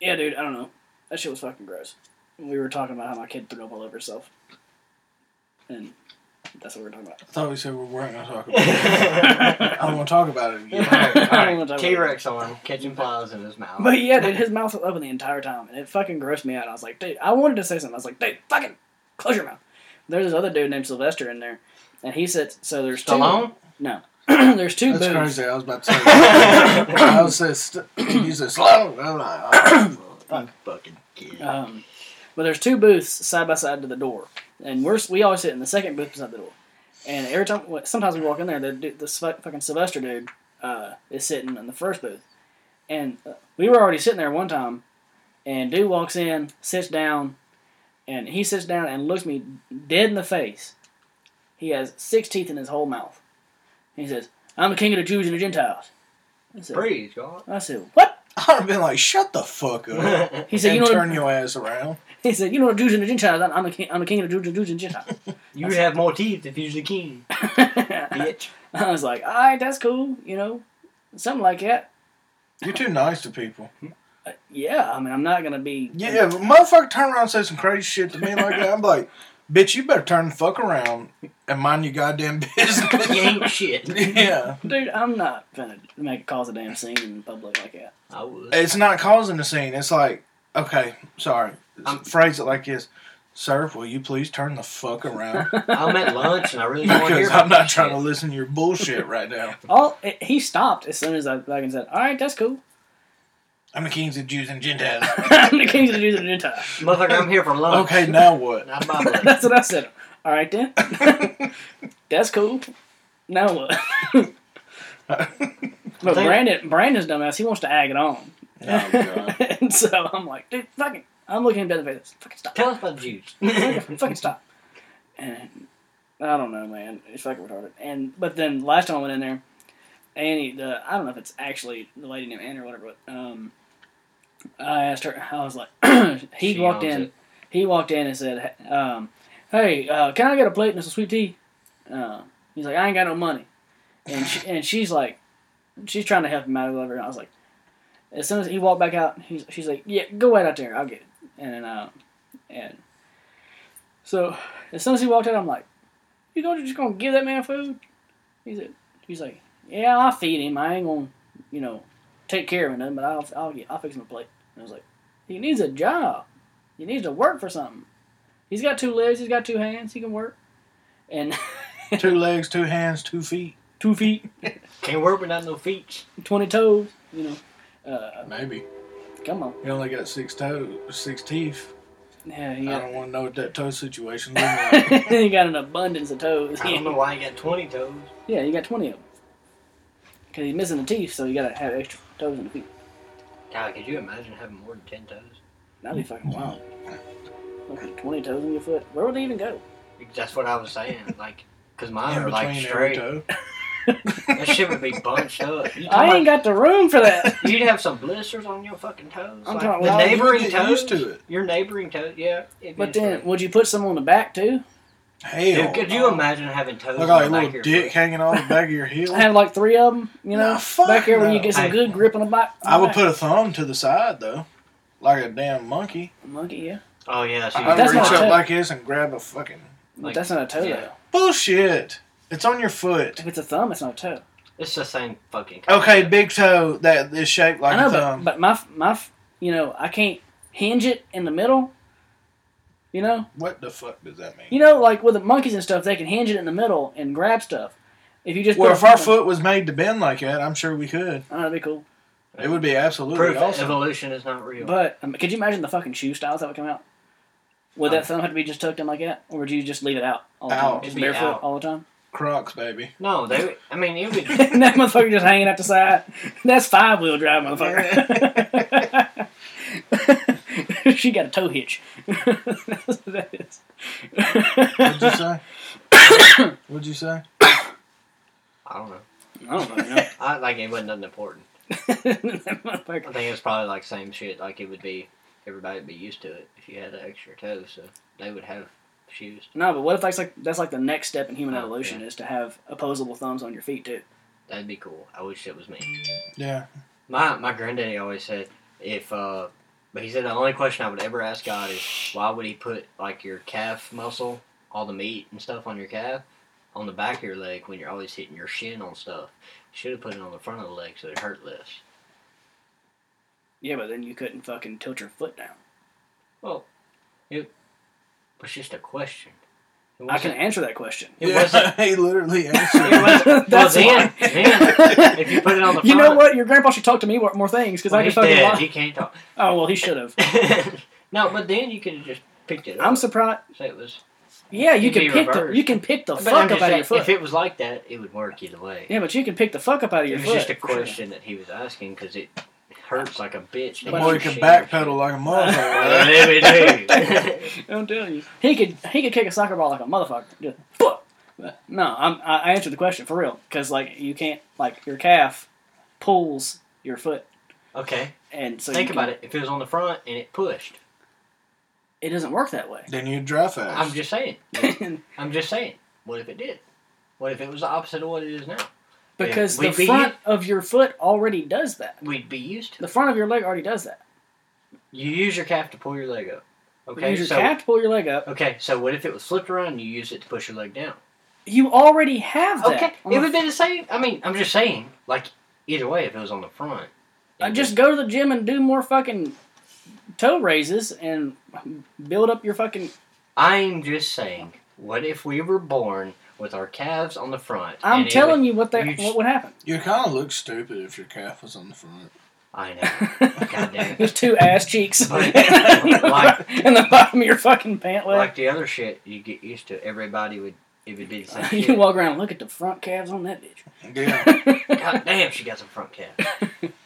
Speaker 1: Yeah, dude, I don't know. That shit was fucking gross. We were talking about how my kid threw up all over herself. And that's what we we're talking about.
Speaker 2: I thought we said we weren't going to talk about it. I don't want to talk about it again.
Speaker 1: I wanna talk about
Speaker 3: T Rex on catching flies in his mouth.
Speaker 1: But yeah, dude, his mouth was open the entire time, and it fucking grossed me out. I was like, dude, I wanted to say something. I was like, dude, fucking close your mouth. There's this other dude named Sylvester in there, and he sits. So there's two.
Speaker 3: Stallone?
Speaker 1: No, there's two
Speaker 2: That's
Speaker 1: booths.
Speaker 2: crazy. I was about to say I was say, st- you said slow. I'm like, oh, fuck.
Speaker 3: Fucking kid.
Speaker 2: Uh,
Speaker 1: Um, but there's two booths side by side to the door, and we're we always sit in the second booth beside the door. And every time, well, sometimes we walk in there, the dude- this fu- fucking Sylvester dude uh, is sitting in the first booth, and uh, we were already sitting there one time, and dude walks in, sits down, and he sits down and looks me dead in the face. He has six teeth in his whole mouth. He says, "I'm the king of the Jews and the Gentiles." I said,
Speaker 3: Praise God.
Speaker 1: I said "What?"
Speaker 2: I'd have been like, shut the fuck up.
Speaker 1: He said, "You know,
Speaker 2: and
Speaker 1: what-
Speaker 2: turn your ass around.
Speaker 1: He said, "You know, the Jews and the Gentiles. I'm the king. I'm the king of the Jews, the Jews and Gentiles."
Speaker 3: you would have more teeth if you was the king, bitch.
Speaker 1: I was like, "All right, that's cool. You know, something like that."
Speaker 2: You're too nice to people.
Speaker 1: Yeah, I mean, I'm not gonna be.
Speaker 2: Yeah, if a motherfucker turn around and say some crazy shit to me like that, I'm like, bitch, you better turn the fuck around and mind your goddamn
Speaker 3: You
Speaker 2: business.
Speaker 3: ain't shit.
Speaker 2: yeah.
Speaker 1: dude, I'm not gonna make cause a damn scene in public like that.
Speaker 3: I would.
Speaker 2: It's not causing a scene. It's like, okay, sorry.
Speaker 3: I'm-
Speaker 2: Phrase it like this. Sir, will you please turn the fuck around?
Speaker 3: I'm at lunch and I really don't want to hear
Speaker 2: Because
Speaker 3: about
Speaker 2: I'm not
Speaker 3: this
Speaker 2: trying to
Speaker 3: shit.
Speaker 2: listen to your bullshit right now.
Speaker 1: All it, he stopped as soon as I fucking said, "All right, that's cool.
Speaker 2: I'm the kings of Jews and Gentiles.
Speaker 1: I'm the king of the Jews and the Gentiles."
Speaker 3: Motherfucker, I'm here for lunch.
Speaker 2: okay, now what?
Speaker 3: Not my lunch.
Speaker 1: that's what I said. All right then, that's cool. Now what?
Speaker 2: Oh,
Speaker 1: but Brandon, Brandon's dumbass. He wants to ag it on.
Speaker 2: Oh, God.
Speaker 1: and so I'm like, dude, fucking, I'm looking him dead in the face. Fucking stop.
Speaker 3: Tell us about the Jews.
Speaker 1: Fucking, fucking stop. And I don't know, man. It's fucking retarded. And but then last time I went in there, Annie, the I don't know if it's actually the lady named Annie or whatever, but um, I asked her. I was like, he
Speaker 3: She
Speaker 1: walked
Speaker 3: owns
Speaker 1: in.
Speaker 3: it.
Speaker 1: He walked in and said, um, "Hey, uh, can I get a plate and some sweet tea?" Uh, he's like, "I ain't got no money," and she, and she's like, she's trying to help him out or whatever. And I was like, as soon as he walked back out, he's, she's like, "Yeah, go wait out there. I'll get it." And then, uh, and so as soon as he walked out, I'm like, "You gonna just gonna give that man food?" He's like, he's like, "Yeah, I'll feed him. I ain't gonna, you know, take care of him, or nothing, but I'll I'll get I'll fix him a plate." And I was like, "He needs a job. He needs to work for something. He's got two legs. He's got two hands. He can work." And
Speaker 2: two legs, two hands, two feet.
Speaker 1: two feet,
Speaker 3: Can't work without no feet.
Speaker 1: twenty toes. You know, uh,
Speaker 2: Maybe.
Speaker 1: come on.
Speaker 2: You only got six toes, six teeth.
Speaker 1: Yeah,
Speaker 2: I
Speaker 1: yeah.
Speaker 2: don't want to know what that toe situation looks like.
Speaker 1: he got an abundance of toes.
Speaker 3: I don't know why he got 20 toes.
Speaker 1: Yeah, you got 20 of them. Because he's missing the teeth, so you gotta have extra toes and feet.
Speaker 3: God, could you imagine having more than 10 toes?
Speaker 1: That'd be fucking wild. Fucking 20 toes in your foot. Where would they even go?
Speaker 3: That's what I was saying. Like, because mine
Speaker 2: In
Speaker 3: are like
Speaker 2: between every
Speaker 3: straight.
Speaker 2: toe.
Speaker 3: That shit would be bunched up. You
Speaker 1: I
Speaker 3: talking
Speaker 1: ain't got the room for that.
Speaker 3: about- You'd have some blisters on your fucking toes.
Speaker 1: I'm
Speaker 3: like,
Speaker 1: talking-
Speaker 3: the
Speaker 1: Well,
Speaker 2: you
Speaker 3: neighboring
Speaker 2: get
Speaker 3: toes.
Speaker 2: used to it.
Speaker 3: Your neighboring toes, yeah. it'd be
Speaker 1: But then,
Speaker 3: straight.
Speaker 1: would you put some on the back too?
Speaker 2: Hell.
Speaker 3: Dude, could you imaging having toes?
Speaker 2: Look like a
Speaker 3: on the back
Speaker 2: little
Speaker 3: of your
Speaker 2: dick
Speaker 3: foot?
Speaker 2: hanging off the back of your heel.
Speaker 1: I have like three of them, you know?
Speaker 2: Nah, fuck
Speaker 1: back here where you
Speaker 2: no.
Speaker 1: get some
Speaker 3: Hey.
Speaker 1: good grip on the back.
Speaker 2: I would put a thumb to the side though, like a damn monkey.
Speaker 1: Monkey, yeah.
Speaker 3: Oh, yeah. So
Speaker 2: I'd
Speaker 1: That's
Speaker 2: reach
Speaker 1: not
Speaker 2: up
Speaker 1: a toe.
Speaker 2: like this and grab a fucking
Speaker 1: But
Speaker 3: Like,
Speaker 1: that's not a toe
Speaker 3: yeah.
Speaker 1: though.
Speaker 2: bullshit. It's on your foot.
Speaker 1: If it's a thumb, it's not a toe.
Speaker 3: It's the same fucking.
Speaker 2: Okay,
Speaker 3: concept.
Speaker 2: big toe that is shaped like um,
Speaker 1: I know,
Speaker 2: a
Speaker 1: but,
Speaker 2: thumb.
Speaker 1: but my, my, f- you know, I can't hinge it in the middle. You know?
Speaker 2: what the fuck does that mean?
Speaker 1: You know, like with the monkeys and stuff, they can hinge it in the middle and grab stuff. If you just
Speaker 2: Well,
Speaker 1: put
Speaker 2: if
Speaker 1: a
Speaker 2: our
Speaker 1: thumb-
Speaker 2: foot was made to bend like that, I'm sure we could.
Speaker 1: oh, that'd be cool.
Speaker 2: It would be absolutely
Speaker 3: Proof that
Speaker 2: awesome.
Speaker 3: evolution is not real.
Speaker 1: But um, could you imagine the fucking shoe styles that would come out? Would
Speaker 3: Um,
Speaker 1: that thumb have to be just tucked in like that, or would you just leave it out all the
Speaker 2: Out.
Speaker 1: time, just
Speaker 3: It'd be
Speaker 1: barefoot
Speaker 3: out.
Speaker 1: all the time?
Speaker 2: Crocs, baby.
Speaker 3: no, they. I mean, it would.
Speaker 1: and that motherfucker just hanging out the side. That's five wheel drive, motherfucker. she got a toe hitch. That's what that is.
Speaker 2: What'd you say? What'd you say?
Speaker 3: I don't know.
Speaker 1: I don't fucking know.
Speaker 3: I like it wasn't nothing important.
Speaker 1: that motherfucker.
Speaker 3: I think it's probably like same shit. Like it would be everybody would be used to it if you had an extra toe, so they would have shoes.
Speaker 1: No, but what if that's like that's like the next step in human
Speaker 3: Oh,
Speaker 1: evolution
Speaker 3: yeah.
Speaker 1: is to have opposable thumbs on your feet too.
Speaker 3: That'd be cool. I wish it was me.
Speaker 2: Yeah.
Speaker 3: My my granddaddy always said if uh But he said the only question I would ever ask God is why would he put like your calf muscle, all the meat and stuff on your calf, on the back of your leg when you're always hitting your shin on stuff? He should have put it on the front of the leg so it hurt less.
Speaker 1: Yeah, but then you couldn't fucking tilt your foot down.
Speaker 3: Well, it was just a question. It
Speaker 1: I can
Speaker 3: wasn't-
Speaker 1: answer that question.
Speaker 3: It wasn't.
Speaker 2: he literally
Speaker 3: It
Speaker 2: answered.
Speaker 3: wasn't- well,
Speaker 1: That's
Speaker 3: then,
Speaker 1: why.
Speaker 3: then, if you put it on the front,
Speaker 1: You know what? Your grandpa should talk to me more, more things because
Speaker 3: Well,
Speaker 1: I can
Speaker 3: he's
Speaker 1: fucking.
Speaker 3: dead.
Speaker 1: lie.
Speaker 3: He can't talk.
Speaker 1: Oh well, he should have.
Speaker 3: no, but then you could have just picked it up.
Speaker 1: I'm surprised.
Speaker 3: so it was.
Speaker 1: Yeah, you
Speaker 3: It'd
Speaker 1: can
Speaker 3: be
Speaker 1: pick the
Speaker 3: reversed.
Speaker 1: you can pick the
Speaker 3: But I'm
Speaker 1: fuck up
Speaker 3: just
Speaker 1: out of your foot.
Speaker 3: saying, if it was like that, it would work either way.
Speaker 1: yeah, but you can pick the fuck up out of
Speaker 3: it
Speaker 1: your
Speaker 3: was
Speaker 1: foot.
Speaker 3: just a
Speaker 1: for sure.
Speaker 3: question that he was asking because it hurts like a bitch.
Speaker 1: But-
Speaker 2: Boy, he can backpedal like a motherfucker.
Speaker 3: Let me do.
Speaker 1: I'm telling you, he could he could kick a soccer ball like a motherfucker. Just, "Fuck." no, I'm, I I answered the question for real because like you can't like your calf pulls your foot,
Speaker 3: Okay,
Speaker 1: and so
Speaker 3: think about it. If it was on the front and it pushed,
Speaker 1: It doesn't work that way.
Speaker 2: then you drive fast.
Speaker 3: I'm just saying. I'm just saying. What if it did? What if it was the opposite of what it is now?
Speaker 1: because
Speaker 3: we'd
Speaker 1: the
Speaker 3: be-
Speaker 1: front of your foot already does that.
Speaker 3: We'd be used to.
Speaker 1: The
Speaker 3: It.
Speaker 1: front of your leg already does that.
Speaker 3: You use your calf to pull your leg up.
Speaker 1: you
Speaker 3: Okay,
Speaker 1: use your
Speaker 3: so
Speaker 1: calf to pull your leg up.
Speaker 3: okay, so what if it was flipped around? and You use it to push your leg down.
Speaker 1: You already have that.
Speaker 3: Okay,
Speaker 1: on
Speaker 3: it
Speaker 1: the
Speaker 3: would be the same. I mean, I'm just saying. Like either way, if it was on the front, it
Speaker 1: Uh, just
Speaker 3: would-
Speaker 1: go to the gym and do more fucking toe raises and build up your fucking.
Speaker 3: I'm just saying. What if we were born with our calves on the front?
Speaker 1: I'm
Speaker 3: and it
Speaker 1: telling
Speaker 3: would-
Speaker 1: you what they
Speaker 3: you just-
Speaker 1: what would happen.
Speaker 2: you kind of look stupid if your calf was on the front.
Speaker 3: I know. God damn it.
Speaker 1: There's two ass cheeks
Speaker 3: Like- like-
Speaker 1: and the bottom of your fucking pant leg.
Speaker 3: like the other shit, you get used to. Everybody would. If it did the same
Speaker 1: you
Speaker 3: shit.
Speaker 1: walk around and look at the front calves on that bitch.
Speaker 2: Yeah,
Speaker 3: God damn, she got some front calf.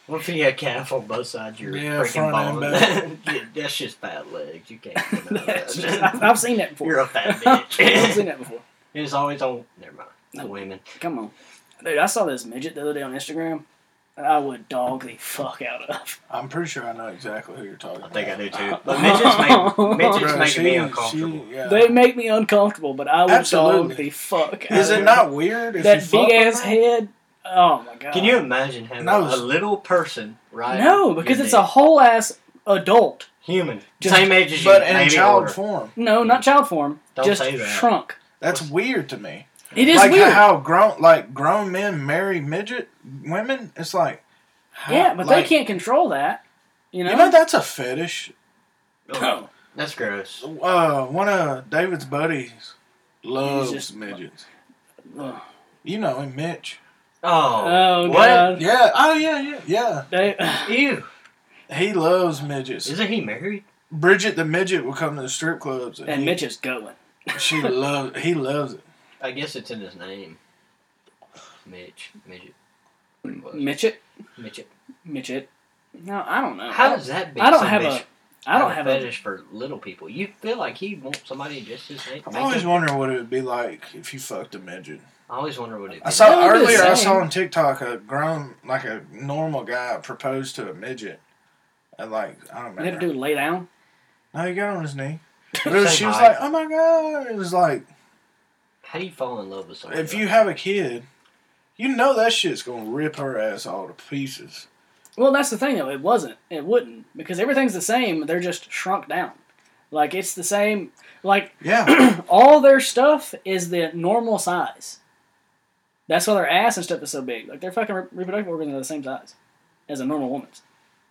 Speaker 3: What if you had calf on both sides of your
Speaker 2: Yeah,
Speaker 3: freaking
Speaker 2: front
Speaker 3: balls?
Speaker 2: and
Speaker 3: That's just fat legs. You can't. You know,
Speaker 1: That's
Speaker 3: that.
Speaker 1: just- I've, I've seen that before.
Speaker 3: You're a fat
Speaker 1: I've seen
Speaker 3: bitch.
Speaker 1: that before.
Speaker 3: it's always on. Never mind. The women.
Speaker 1: Come on, dude. I saw this midget the other day on Instagram. that I would dog the fuck out of.
Speaker 2: I'm pretty sure I know exactly who you're talking
Speaker 3: I
Speaker 2: about.
Speaker 3: think I do too. But midgets make midgets
Speaker 2: Bro,
Speaker 3: make me
Speaker 2: she-
Speaker 3: uncomfortable.
Speaker 2: she- yeah.
Speaker 1: They make me uncomfortable, but I would
Speaker 2: Absolutely.
Speaker 1: dog the fuck.
Speaker 2: Is
Speaker 1: out of
Speaker 2: it not weird if you
Speaker 1: that
Speaker 2: fuck
Speaker 1: big ass
Speaker 2: with them?
Speaker 1: head? Oh my god!
Speaker 3: Can you imagine having
Speaker 2: No.
Speaker 3: a little person, right?
Speaker 1: No, because
Speaker 3: your
Speaker 1: it's a
Speaker 3: dick?
Speaker 1: whole ass adult.
Speaker 3: human,
Speaker 1: Just-
Speaker 3: same age as you,
Speaker 2: But in
Speaker 3: maybe
Speaker 2: child
Speaker 3: older.
Speaker 2: form,
Speaker 1: No, not child form.
Speaker 3: Hmm. Don't
Speaker 1: just
Speaker 3: say that.
Speaker 1: shrunk.
Speaker 2: that's weird to me.
Speaker 1: It is
Speaker 2: like
Speaker 1: weird.
Speaker 2: how grown, like grown men marry midget women. It's like, how-
Speaker 1: yeah, but they
Speaker 2: like-
Speaker 1: can't control that. You know.
Speaker 2: You know that's a fetish.
Speaker 3: Oh, that's gross.
Speaker 2: Uh, one of David's buddies loves
Speaker 1: He's just-
Speaker 2: midgets.
Speaker 1: Ugh.
Speaker 2: You know him, Mitch.
Speaker 3: Oh,
Speaker 1: Oh,
Speaker 3: uh, what?
Speaker 1: God.
Speaker 2: Yeah. Oh yeah, yeah, yeah.
Speaker 1: They,
Speaker 3: Ew.
Speaker 2: He loves midgets.
Speaker 3: Isn't he married?
Speaker 2: Bridget the midget will come to the strip clubs,
Speaker 1: and
Speaker 2: he-
Speaker 1: Mitch is going.
Speaker 2: she loves. He loves it.
Speaker 3: I guess it's in his name. Mitch, midget, What?
Speaker 1: Mitchit,
Speaker 3: midget.
Speaker 1: Mitchit. No, I don't know.
Speaker 3: How does that? Be
Speaker 1: I don't
Speaker 3: so
Speaker 1: have
Speaker 3: bitch-
Speaker 1: a. I don't have a.
Speaker 3: fetish for little people. You feel like he wants somebody just as.
Speaker 2: I'm always wondering what it would be like if you fucked a midget.
Speaker 3: I always wonder what it.
Speaker 2: I saw
Speaker 1: No, I'm just
Speaker 2: earlier. I
Speaker 1: saying.
Speaker 2: saw on TikTok a grown, like a normal guy, proposed to a midget, and like I don't
Speaker 1: They had
Speaker 2: remember.
Speaker 1: to do lay down.
Speaker 2: no, he got on his knee. But it was-
Speaker 3: Say
Speaker 2: she was
Speaker 3: hi.
Speaker 2: like, "Oh my god!" It was like,
Speaker 3: How do you fall in love with someone?
Speaker 2: if you have a kid, you know that shit's gonna rip her ass all to pieces.
Speaker 1: Well, that's the thing though. It wasn't. It wouldn't because everything's the same. They're just shrunk down. Like it's the same. Like
Speaker 2: Yeah,
Speaker 1: all their stuff is the normal size. That's why their ass and stuff is so big. Like their fucking re- reproductive organs are the same size as a normal woman's.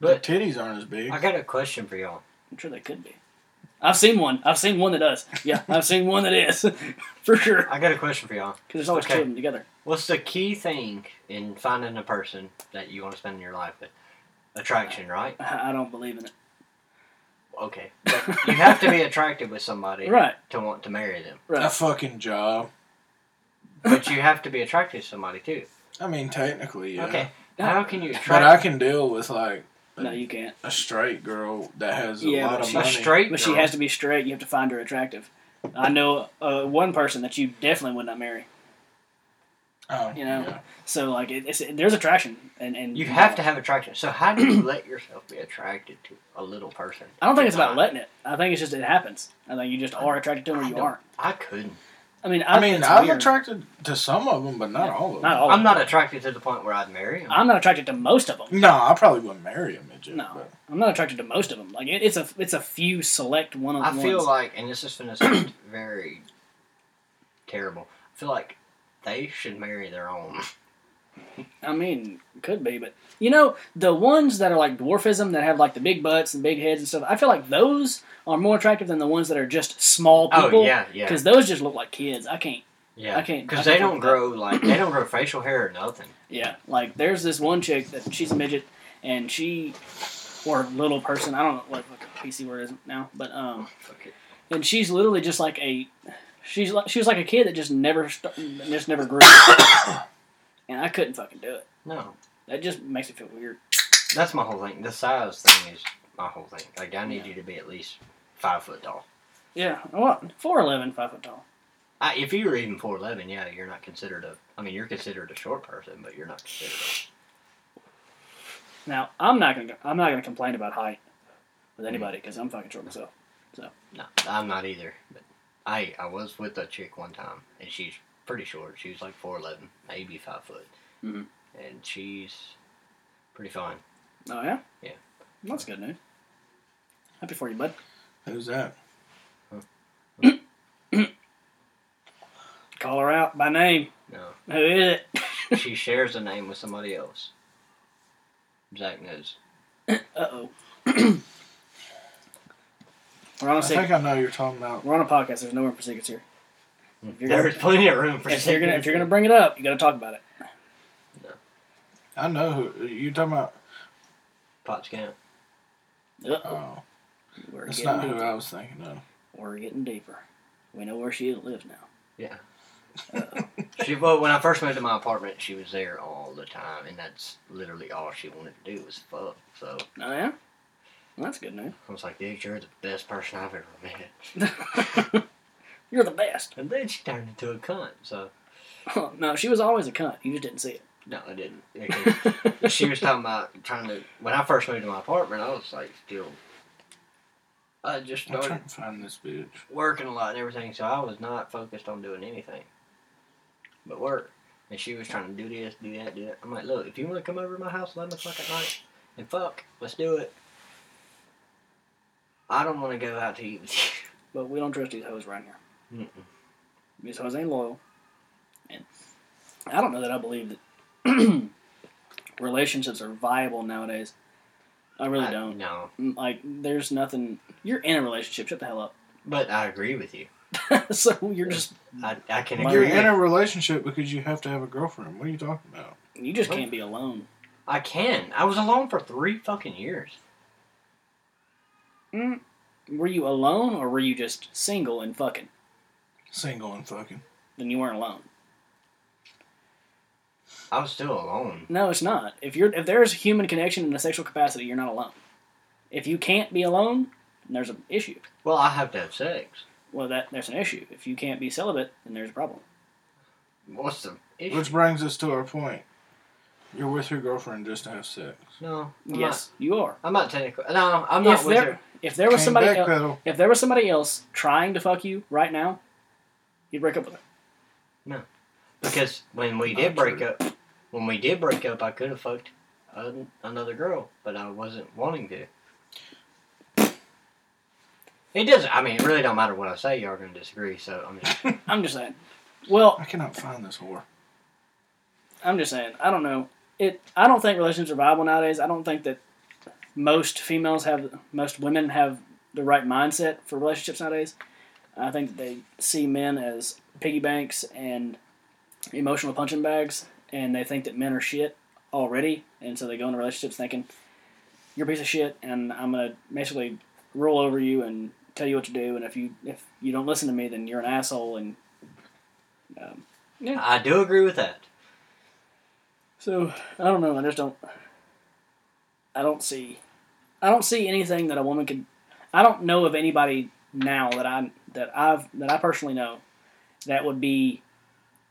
Speaker 2: but
Speaker 3: But-
Speaker 2: titties aren't as big.
Speaker 3: I got a question for y'all.
Speaker 1: I'm sure they could be. I've seen one. I've seen one that does. Yeah, I've seen one that is for sure.
Speaker 3: I got a question for y'all.
Speaker 1: Because there's always
Speaker 3: Okay.
Speaker 1: two of them together.
Speaker 3: What's the key thing in finding a person that you want to spend your life with? Attraction, right?
Speaker 1: I I don't believe in it.
Speaker 3: Okay. But you have to be attracted with somebody
Speaker 1: Right,
Speaker 3: to want to marry them.
Speaker 2: A
Speaker 1: right.
Speaker 2: fucking job.
Speaker 3: But you have to be attracted to somebody too.
Speaker 2: I mean, technically, yeah.
Speaker 3: Okay. How can you
Speaker 2: But I
Speaker 3: attract
Speaker 2: can deal with like
Speaker 1: No, you can't.
Speaker 2: a straight girl that has a
Speaker 1: Yeah,
Speaker 2: lot
Speaker 1: but
Speaker 2: of
Speaker 1: she-
Speaker 3: a
Speaker 2: money.
Speaker 3: straight
Speaker 1: But she
Speaker 3: girl?
Speaker 1: has to be straight. You have to find her attractive. I know uh, one person that you definitely would not marry.
Speaker 2: oh,
Speaker 1: you know.
Speaker 2: yeah.
Speaker 1: So like it, it's, there's attraction, and and
Speaker 3: You have to have attraction. So how do you let yourself be attracted to a little person?
Speaker 1: I don't think it's about letting it. I think it's just it happens. I think you just are attracted to them or
Speaker 3: I
Speaker 1: you
Speaker 3: don't-
Speaker 1: aren't.
Speaker 3: I couldn't.
Speaker 1: I mean, I,
Speaker 2: I mean,
Speaker 1: it's
Speaker 2: I'm
Speaker 1: weird.
Speaker 2: attracted to some of them, but not all of them.
Speaker 1: Not all.
Speaker 3: I'm not Mm. attracted to the point where I'd marry him.
Speaker 1: I'm not attracted to most of them.
Speaker 2: No, I probably wouldn't marry a midget.
Speaker 1: No,
Speaker 2: but-
Speaker 1: I'm not attracted to most of them. Like it, it's a it's a few select one on
Speaker 3: I
Speaker 1: ones.
Speaker 3: feel like, and this is going to sound very terrible. I feel like they should marry their own.
Speaker 1: I mean, could be, but you know, the ones that are like dwarfism that have like the big butts and big heads and stuff. I feel like those are more attractive than the ones that are just small people.
Speaker 3: Oh yeah, yeah,
Speaker 1: Because those just look like kids. I can't.
Speaker 3: yeah.
Speaker 1: I can't- I can't
Speaker 3: Because they
Speaker 1: do
Speaker 3: don't
Speaker 1: that.
Speaker 3: grow like they don't grow facial hair or nothing.
Speaker 1: Yeah, like there's this one chick that she's a midget and she or little person. I don't know what, what the PC word is now, but um,
Speaker 3: Fuck it.
Speaker 1: and she's literally just like a she's like she was like a kid that just never st- just never grew and i couldn't fucking do it
Speaker 3: No,
Speaker 1: that just makes me feel weird
Speaker 3: that's my whole thing. The size thing is my whole thing. Like I need
Speaker 1: Yeah.
Speaker 3: you to be at least five foot tall.
Speaker 1: yeah what 411 5 foot tall
Speaker 3: I, if you were even four eleven, yeah, you're not considered a. I mean, you're considered a short person, but you're not considered.
Speaker 1: now i'm not gonna i'm not gonna complain about height with anybody because i'm fucking short myself
Speaker 3: A, no, I'm not either. But I I was with a chick one time, and she's pretty short. She was like four eleven, maybe five foot,
Speaker 1: Mhm.
Speaker 3: and she's pretty fine.
Speaker 1: oh yeah
Speaker 3: Yeah.
Speaker 1: that's good news happy for you bud
Speaker 2: Who's that?
Speaker 1: call her out by name
Speaker 3: No,
Speaker 1: who is it
Speaker 3: she shares a name with somebody else. Zach knows.
Speaker 1: uh-oh we're on
Speaker 2: I
Speaker 1: a
Speaker 2: think
Speaker 1: secret,
Speaker 2: I know who you're talking about.
Speaker 1: we're on a podcast there's no room for secrets here If you're
Speaker 3: There's Hmm. plenty of room for.
Speaker 1: if you're gonna if you're gonna bring it up, you gotta talk about it.
Speaker 2: I know who you're talking about.
Speaker 3: pots count.
Speaker 1: Uh-oh.
Speaker 2: Oh,
Speaker 1: We're
Speaker 2: that's
Speaker 1: getting
Speaker 2: not who
Speaker 1: deeper.
Speaker 2: I was thinking of.
Speaker 1: We're getting deeper. We know where she lives now.
Speaker 3: She well, when I first moved to my apartment, she was there all the time, and that's literally all she wanted to do was fuck. So
Speaker 1: Oh yeah, well, that's good news.
Speaker 3: I was like, dude, you're the best person I've ever met.
Speaker 1: You're the best. Oh,
Speaker 3: And then she turned into a cunt. So
Speaker 1: no, she was always a cunt. You just didn't see
Speaker 3: no, I didn't.
Speaker 1: it.
Speaker 3: she was talking about trying to. When I first moved to my apartment, I was like still. I just
Speaker 1: Oh,
Speaker 2: I'm trying to
Speaker 3: started
Speaker 2: find this bitch.
Speaker 3: working a lot and everything, so I was not focused on doing anything but work. And she was trying to do this, do that, do that. I'm like, look, if you want to come over to my house, 11 o'clock at night, and fuck, let's do it. I don't want to go out to eat with you.
Speaker 1: but we don't trust these hoes right here.
Speaker 3: Mm-mm.
Speaker 1: These hoes ain't loyal. And I don't know that I believe that relationships are viable nowadays. I really
Speaker 3: I-
Speaker 1: don't.
Speaker 3: No,
Speaker 1: Like, there's nothing. You're in a relationship. Shut the hell
Speaker 3: but I agree with you.
Speaker 1: up. so you're just
Speaker 3: I, I can
Speaker 1: Like,
Speaker 3: agree.
Speaker 2: You're
Speaker 3: with-
Speaker 2: in a relationship because you have to have a girlfriend. What are you talking about?
Speaker 1: You just
Speaker 3: What?
Speaker 1: can't be alone.
Speaker 3: I can. I was alone for three fucking years.
Speaker 1: Mm. Were you alone or were you just single and fucking?
Speaker 2: Single and fucking.
Speaker 1: Then you weren't alone.
Speaker 3: I was still alone.
Speaker 1: No, it's not. If you're if there's human connection in a sexual capacity, you're not alone. If you can't be alone, then there's an issue.
Speaker 3: Well, I have to have sex.
Speaker 1: Well, that there's an issue. If you can't be celibate, then there's a problem.
Speaker 3: What's the issue?
Speaker 2: Which brings us to our point. You're with your girlfriend just to have sex.
Speaker 3: no. I'm
Speaker 1: yes, you are.
Speaker 3: Not, I'm not technical. No, I'm not
Speaker 1: If
Speaker 3: with
Speaker 1: there,
Speaker 3: her.
Speaker 1: if there was
Speaker 2: Came
Speaker 1: somebody el-
Speaker 2: backpedal.
Speaker 1: if there was somebody else trying to fuck you right now, you'd break up with them.
Speaker 3: Because when we
Speaker 2: Not
Speaker 3: did break
Speaker 2: true.
Speaker 3: up, when we did break up, I could have fucked an another girl, but I wasn't wanting to. It doesn't. I mean, it really don't matter what I say. Y'all are gonna disagree. So I'm just.
Speaker 1: I'm just saying. Well,
Speaker 2: I cannot find this whore.
Speaker 1: I'm just saying. I don't know. It. I don't think relationships are viable nowadays. I don't think that most females have, most women have the right mindset for relationships nowadays. I think that they see men as piggy banks and emotional punching bags, and they think that men are shit already, and so they go into relationships thinking, "You're a piece of shit, and I'm gonna basically roll over you and tell you what to do, and if you if you don't listen to me, then you're an asshole." And um, yeah.
Speaker 3: I do agree with that.
Speaker 1: So I don't know. I just don't. I don't see. I don't see anything that a woman could. I don't know of anybody now that I that I've that I personally know that would be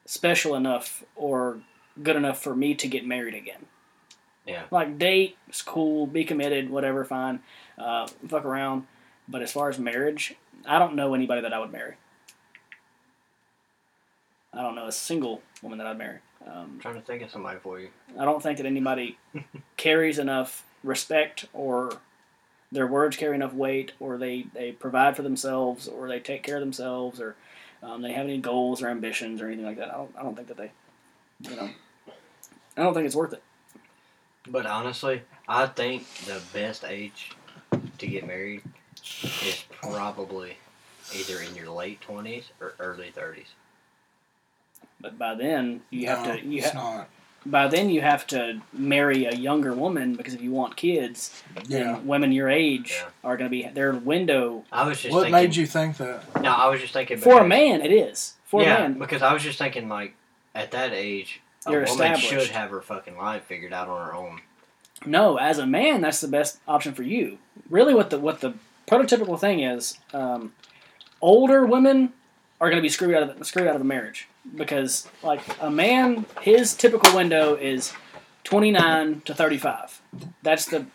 Speaker 1: special enough or good enough for me to get married again.
Speaker 3: Yeah.
Speaker 1: Like date, it's cool, be committed, whatever, fine, uh, fuck around. But as far as marriage, I don't know anybody that I would marry. I don't know a single woman that I'd marry. Um,
Speaker 3: I'm trying to think of somebody for you.
Speaker 1: I don't think that anybody carries enough respect or their words carry enough weight or they, they provide for themselves or they take care of themselves or um, they have any goals or ambitions or anything like that. I don't, I don't think that they, you know, I don't think it's worth it.
Speaker 3: But honestly, I think the best age to get married is probably either in your late twenties or early thirties.
Speaker 1: But by then you have
Speaker 2: No,
Speaker 1: to you
Speaker 2: it's
Speaker 1: ha-
Speaker 2: not.
Speaker 1: by then you have to marry a younger woman because if you want kids,
Speaker 2: Yeah.
Speaker 1: then women your age
Speaker 3: Yeah.
Speaker 1: are going to be their window.
Speaker 3: I was just
Speaker 2: What
Speaker 3: thinking,
Speaker 2: made you think that?
Speaker 3: No, I was just thinking
Speaker 1: For a
Speaker 3: because-
Speaker 1: man, it is. For
Speaker 3: yeah,
Speaker 1: a man,
Speaker 3: because I was just thinking like at that age, a
Speaker 1: You're
Speaker 3: woman should
Speaker 1: established.
Speaker 3: have her fucking life figured out on her own.
Speaker 1: No, as a man, that's the best option for you. Really, what the what the prototypical thing is, um, older women are going to be screwed out of screwed out of a marriage because, like, a man, his typical window is twenty nine to thirty five. That's the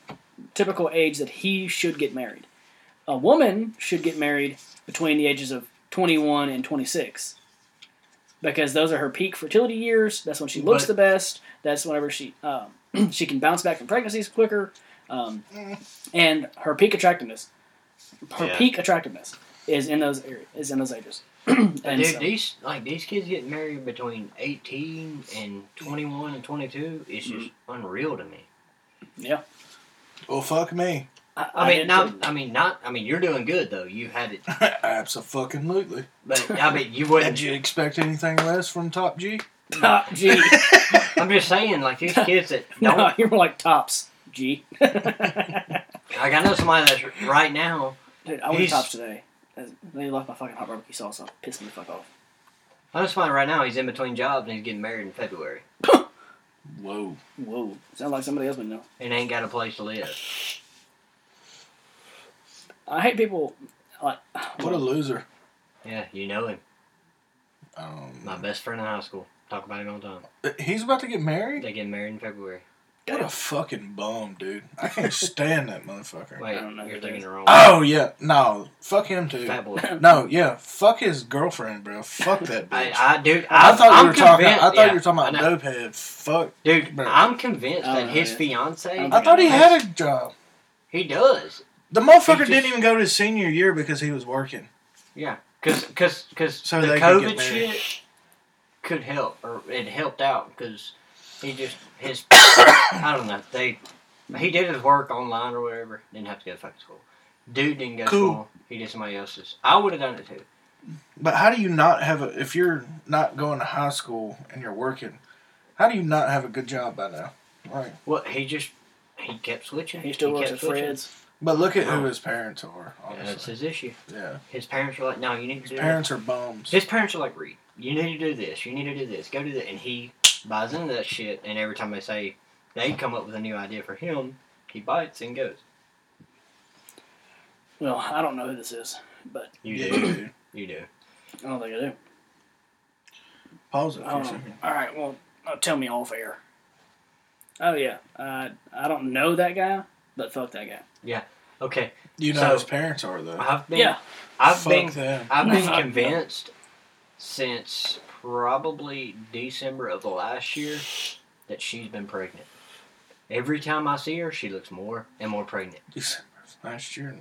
Speaker 1: typical age that he should get married. A woman should get married between the ages of twenty one and twenty six. Because those are her peak fertility years. That's when she looks
Speaker 3: But-
Speaker 1: the best. That's whenever she um, she can bounce back from pregnancies quicker, um, and her peak attractiveness, her
Speaker 3: Yeah.
Speaker 1: peak attractiveness is in those area, is in those ages. and
Speaker 3: Dude,
Speaker 1: so-
Speaker 3: these like these kids getting married between eighteen and twenty one and twenty two is just
Speaker 1: Mm.
Speaker 3: unreal to me.
Speaker 1: yeah,
Speaker 2: Well, fuck me.
Speaker 1: I,
Speaker 3: I mean,
Speaker 1: did
Speaker 3: not.
Speaker 1: too.
Speaker 3: I mean, not. I mean, you're doing good though. You had it,
Speaker 2: Absolutely.
Speaker 3: but I mean, you
Speaker 2: Did
Speaker 3: wouldn't.
Speaker 2: you expect anything less from Top G?
Speaker 1: top G.
Speaker 3: I'm just saying, like these kids that don't.
Speaker 1: no, you were like tops G. Dude,
Speaker 3: Like I know somebody that's right now.
Speaker 1: I went to
Speaker 3: He's-
Speaker 1: tops today. They left my fucking hot barbecue sauce on. Pissed me the fuck off.
Speaker 3: I know somebody right now. He's in between jobs and he's getting married in February
Speaker 2: Whoa.
Speaker 1: Whoa, sounds like somebody else would know.
Speaker 3: and ain't got a place to live.
Speaker 1: I hate people. Like,
Speaker 2: What a loser.
Speaker 3: Yeah, you know him. My
Speaker 2: Um,
Speaker 3: best friend in high school. Talk about him all the time.
Speaker 2: Uh, he's about to get married?
Speaker 3: They getting married in February.
Speaker 2: What a fucking bum, dude. I can't stand that motherfucker.
Speaker 3: Wait,
Speaker 1: I don't know
Speaker 3: you're
Speaker 1: who
Speaker 3: thinking
Speaker 1: that
Speaker 3: the wrong.
Speaker 2: Oh, yeah. No. Fuck him, too.
Speaker 3: Fat boy.
Speaker 2: No, yeah. Fuck his girlfriend, bro. Fuck that bitch.
Speaker 3: I,
Speaker 2: I,
Speaker 3: I dude.
Speaker 2: I
Speaker 3: I'm-
Speaker 2: thought
Speaker 3: I'm
Speaker 2: you were talking. I
Speaker 3: convinced-
Speaker 2: thought
Speaker 3: yeah,
Speaker 2: you were talking
Speaker 3: I
Speaker 2: about
Speaker 3: know.
Speaker 2: dopehead. Fuck.
Speaker 3: Dude,
Speaker 2: Bro.
Speaker 3: I'm convinced
Speaker 1: I don't
Speaker 3: that
Speaker 1: know,
Speaker 3: his
Speaker 1: Oh, yeah.
Speaker 3: fiance,
Speaker 1: I don't
Speaker 2: I thought he had a job.
Speaker 3: he does.
Speaker 2: The motherfucker
Speaker 3: He just-
Speaker 2: didn't even go to his senior year because he was working.
Speaker 3: Yeah, because because because
Speaker 2: So
Speaker 3: the
Speaker 2: they could get
Speaker 3: COVID
Speaker 2: married.
Speaker 3: shit could help or it helped out because he just his I don't know they he did his work online or whatever didn't have to go to fucking school. Dude didn't go to
Speaker 2: Cool.
Speaker 3: school. He did somebody else's. I would have done it too.
Speaker 2: But how do you not have a if you're not going to high school and you're working? How do you not have a good job by now? Right.
Speaker 3: What he just he kept switching.
Speaker 1: He still works
Speaker 3: kept
Speaker 1: at
Speaker 3: switching.
Speaker 1: Fred's.
Speaker 2: But look at who
Speaker 3: No.
Speaker 2: his parents are.
Speaker 3: Yeah, That's
Speaker 2: Honestly,
Speaker 3: his issue.
Speaker 2: yeah.
Speaker 3: His parents were like, "No, you need to
Speaker 2: His
Speaker 3: do
Speaker 2: parents are bums.
Speaker 3: His parents are like, Reed, you need to do this, you need to do this, go do that. And he buys into that shit, and every time they say they come up with a new idea for him, he bites and goes.
Speaker 1: Well, I don't know who this is, but
Speaker 3: You
Speaker 2: Yeah,
Speaker 3: do.
Speaker 2: dude.
Speaker 3: You do.
Speaker 1: I don't think I do.
Speaker 2: Pause it for
Speaker 1: Oh,
Speaker 2: a second.
Speaker 1: all right. Well, uh, tell me off air. Oh yeah, uh, I don't know that guy, but fuck that guy.
Speaker 3: Okay.
Speaker 2: You know
Speaker 3: So-
Speaker 2: who his parents are though.
Speaker 3: I've been
Speaker 1: Yeah.
Speaker 3: I've
Speaker 2: Fuck
Speaker 3: been
Speaker 2: them.
Speaker 3: I've been
Speaker 1: Fuck
Speaker 3: convinced since probably December of the last year that she's been pregnant. Every time I see her, she looks more and more pregnant.
Speaker 2: December of last year,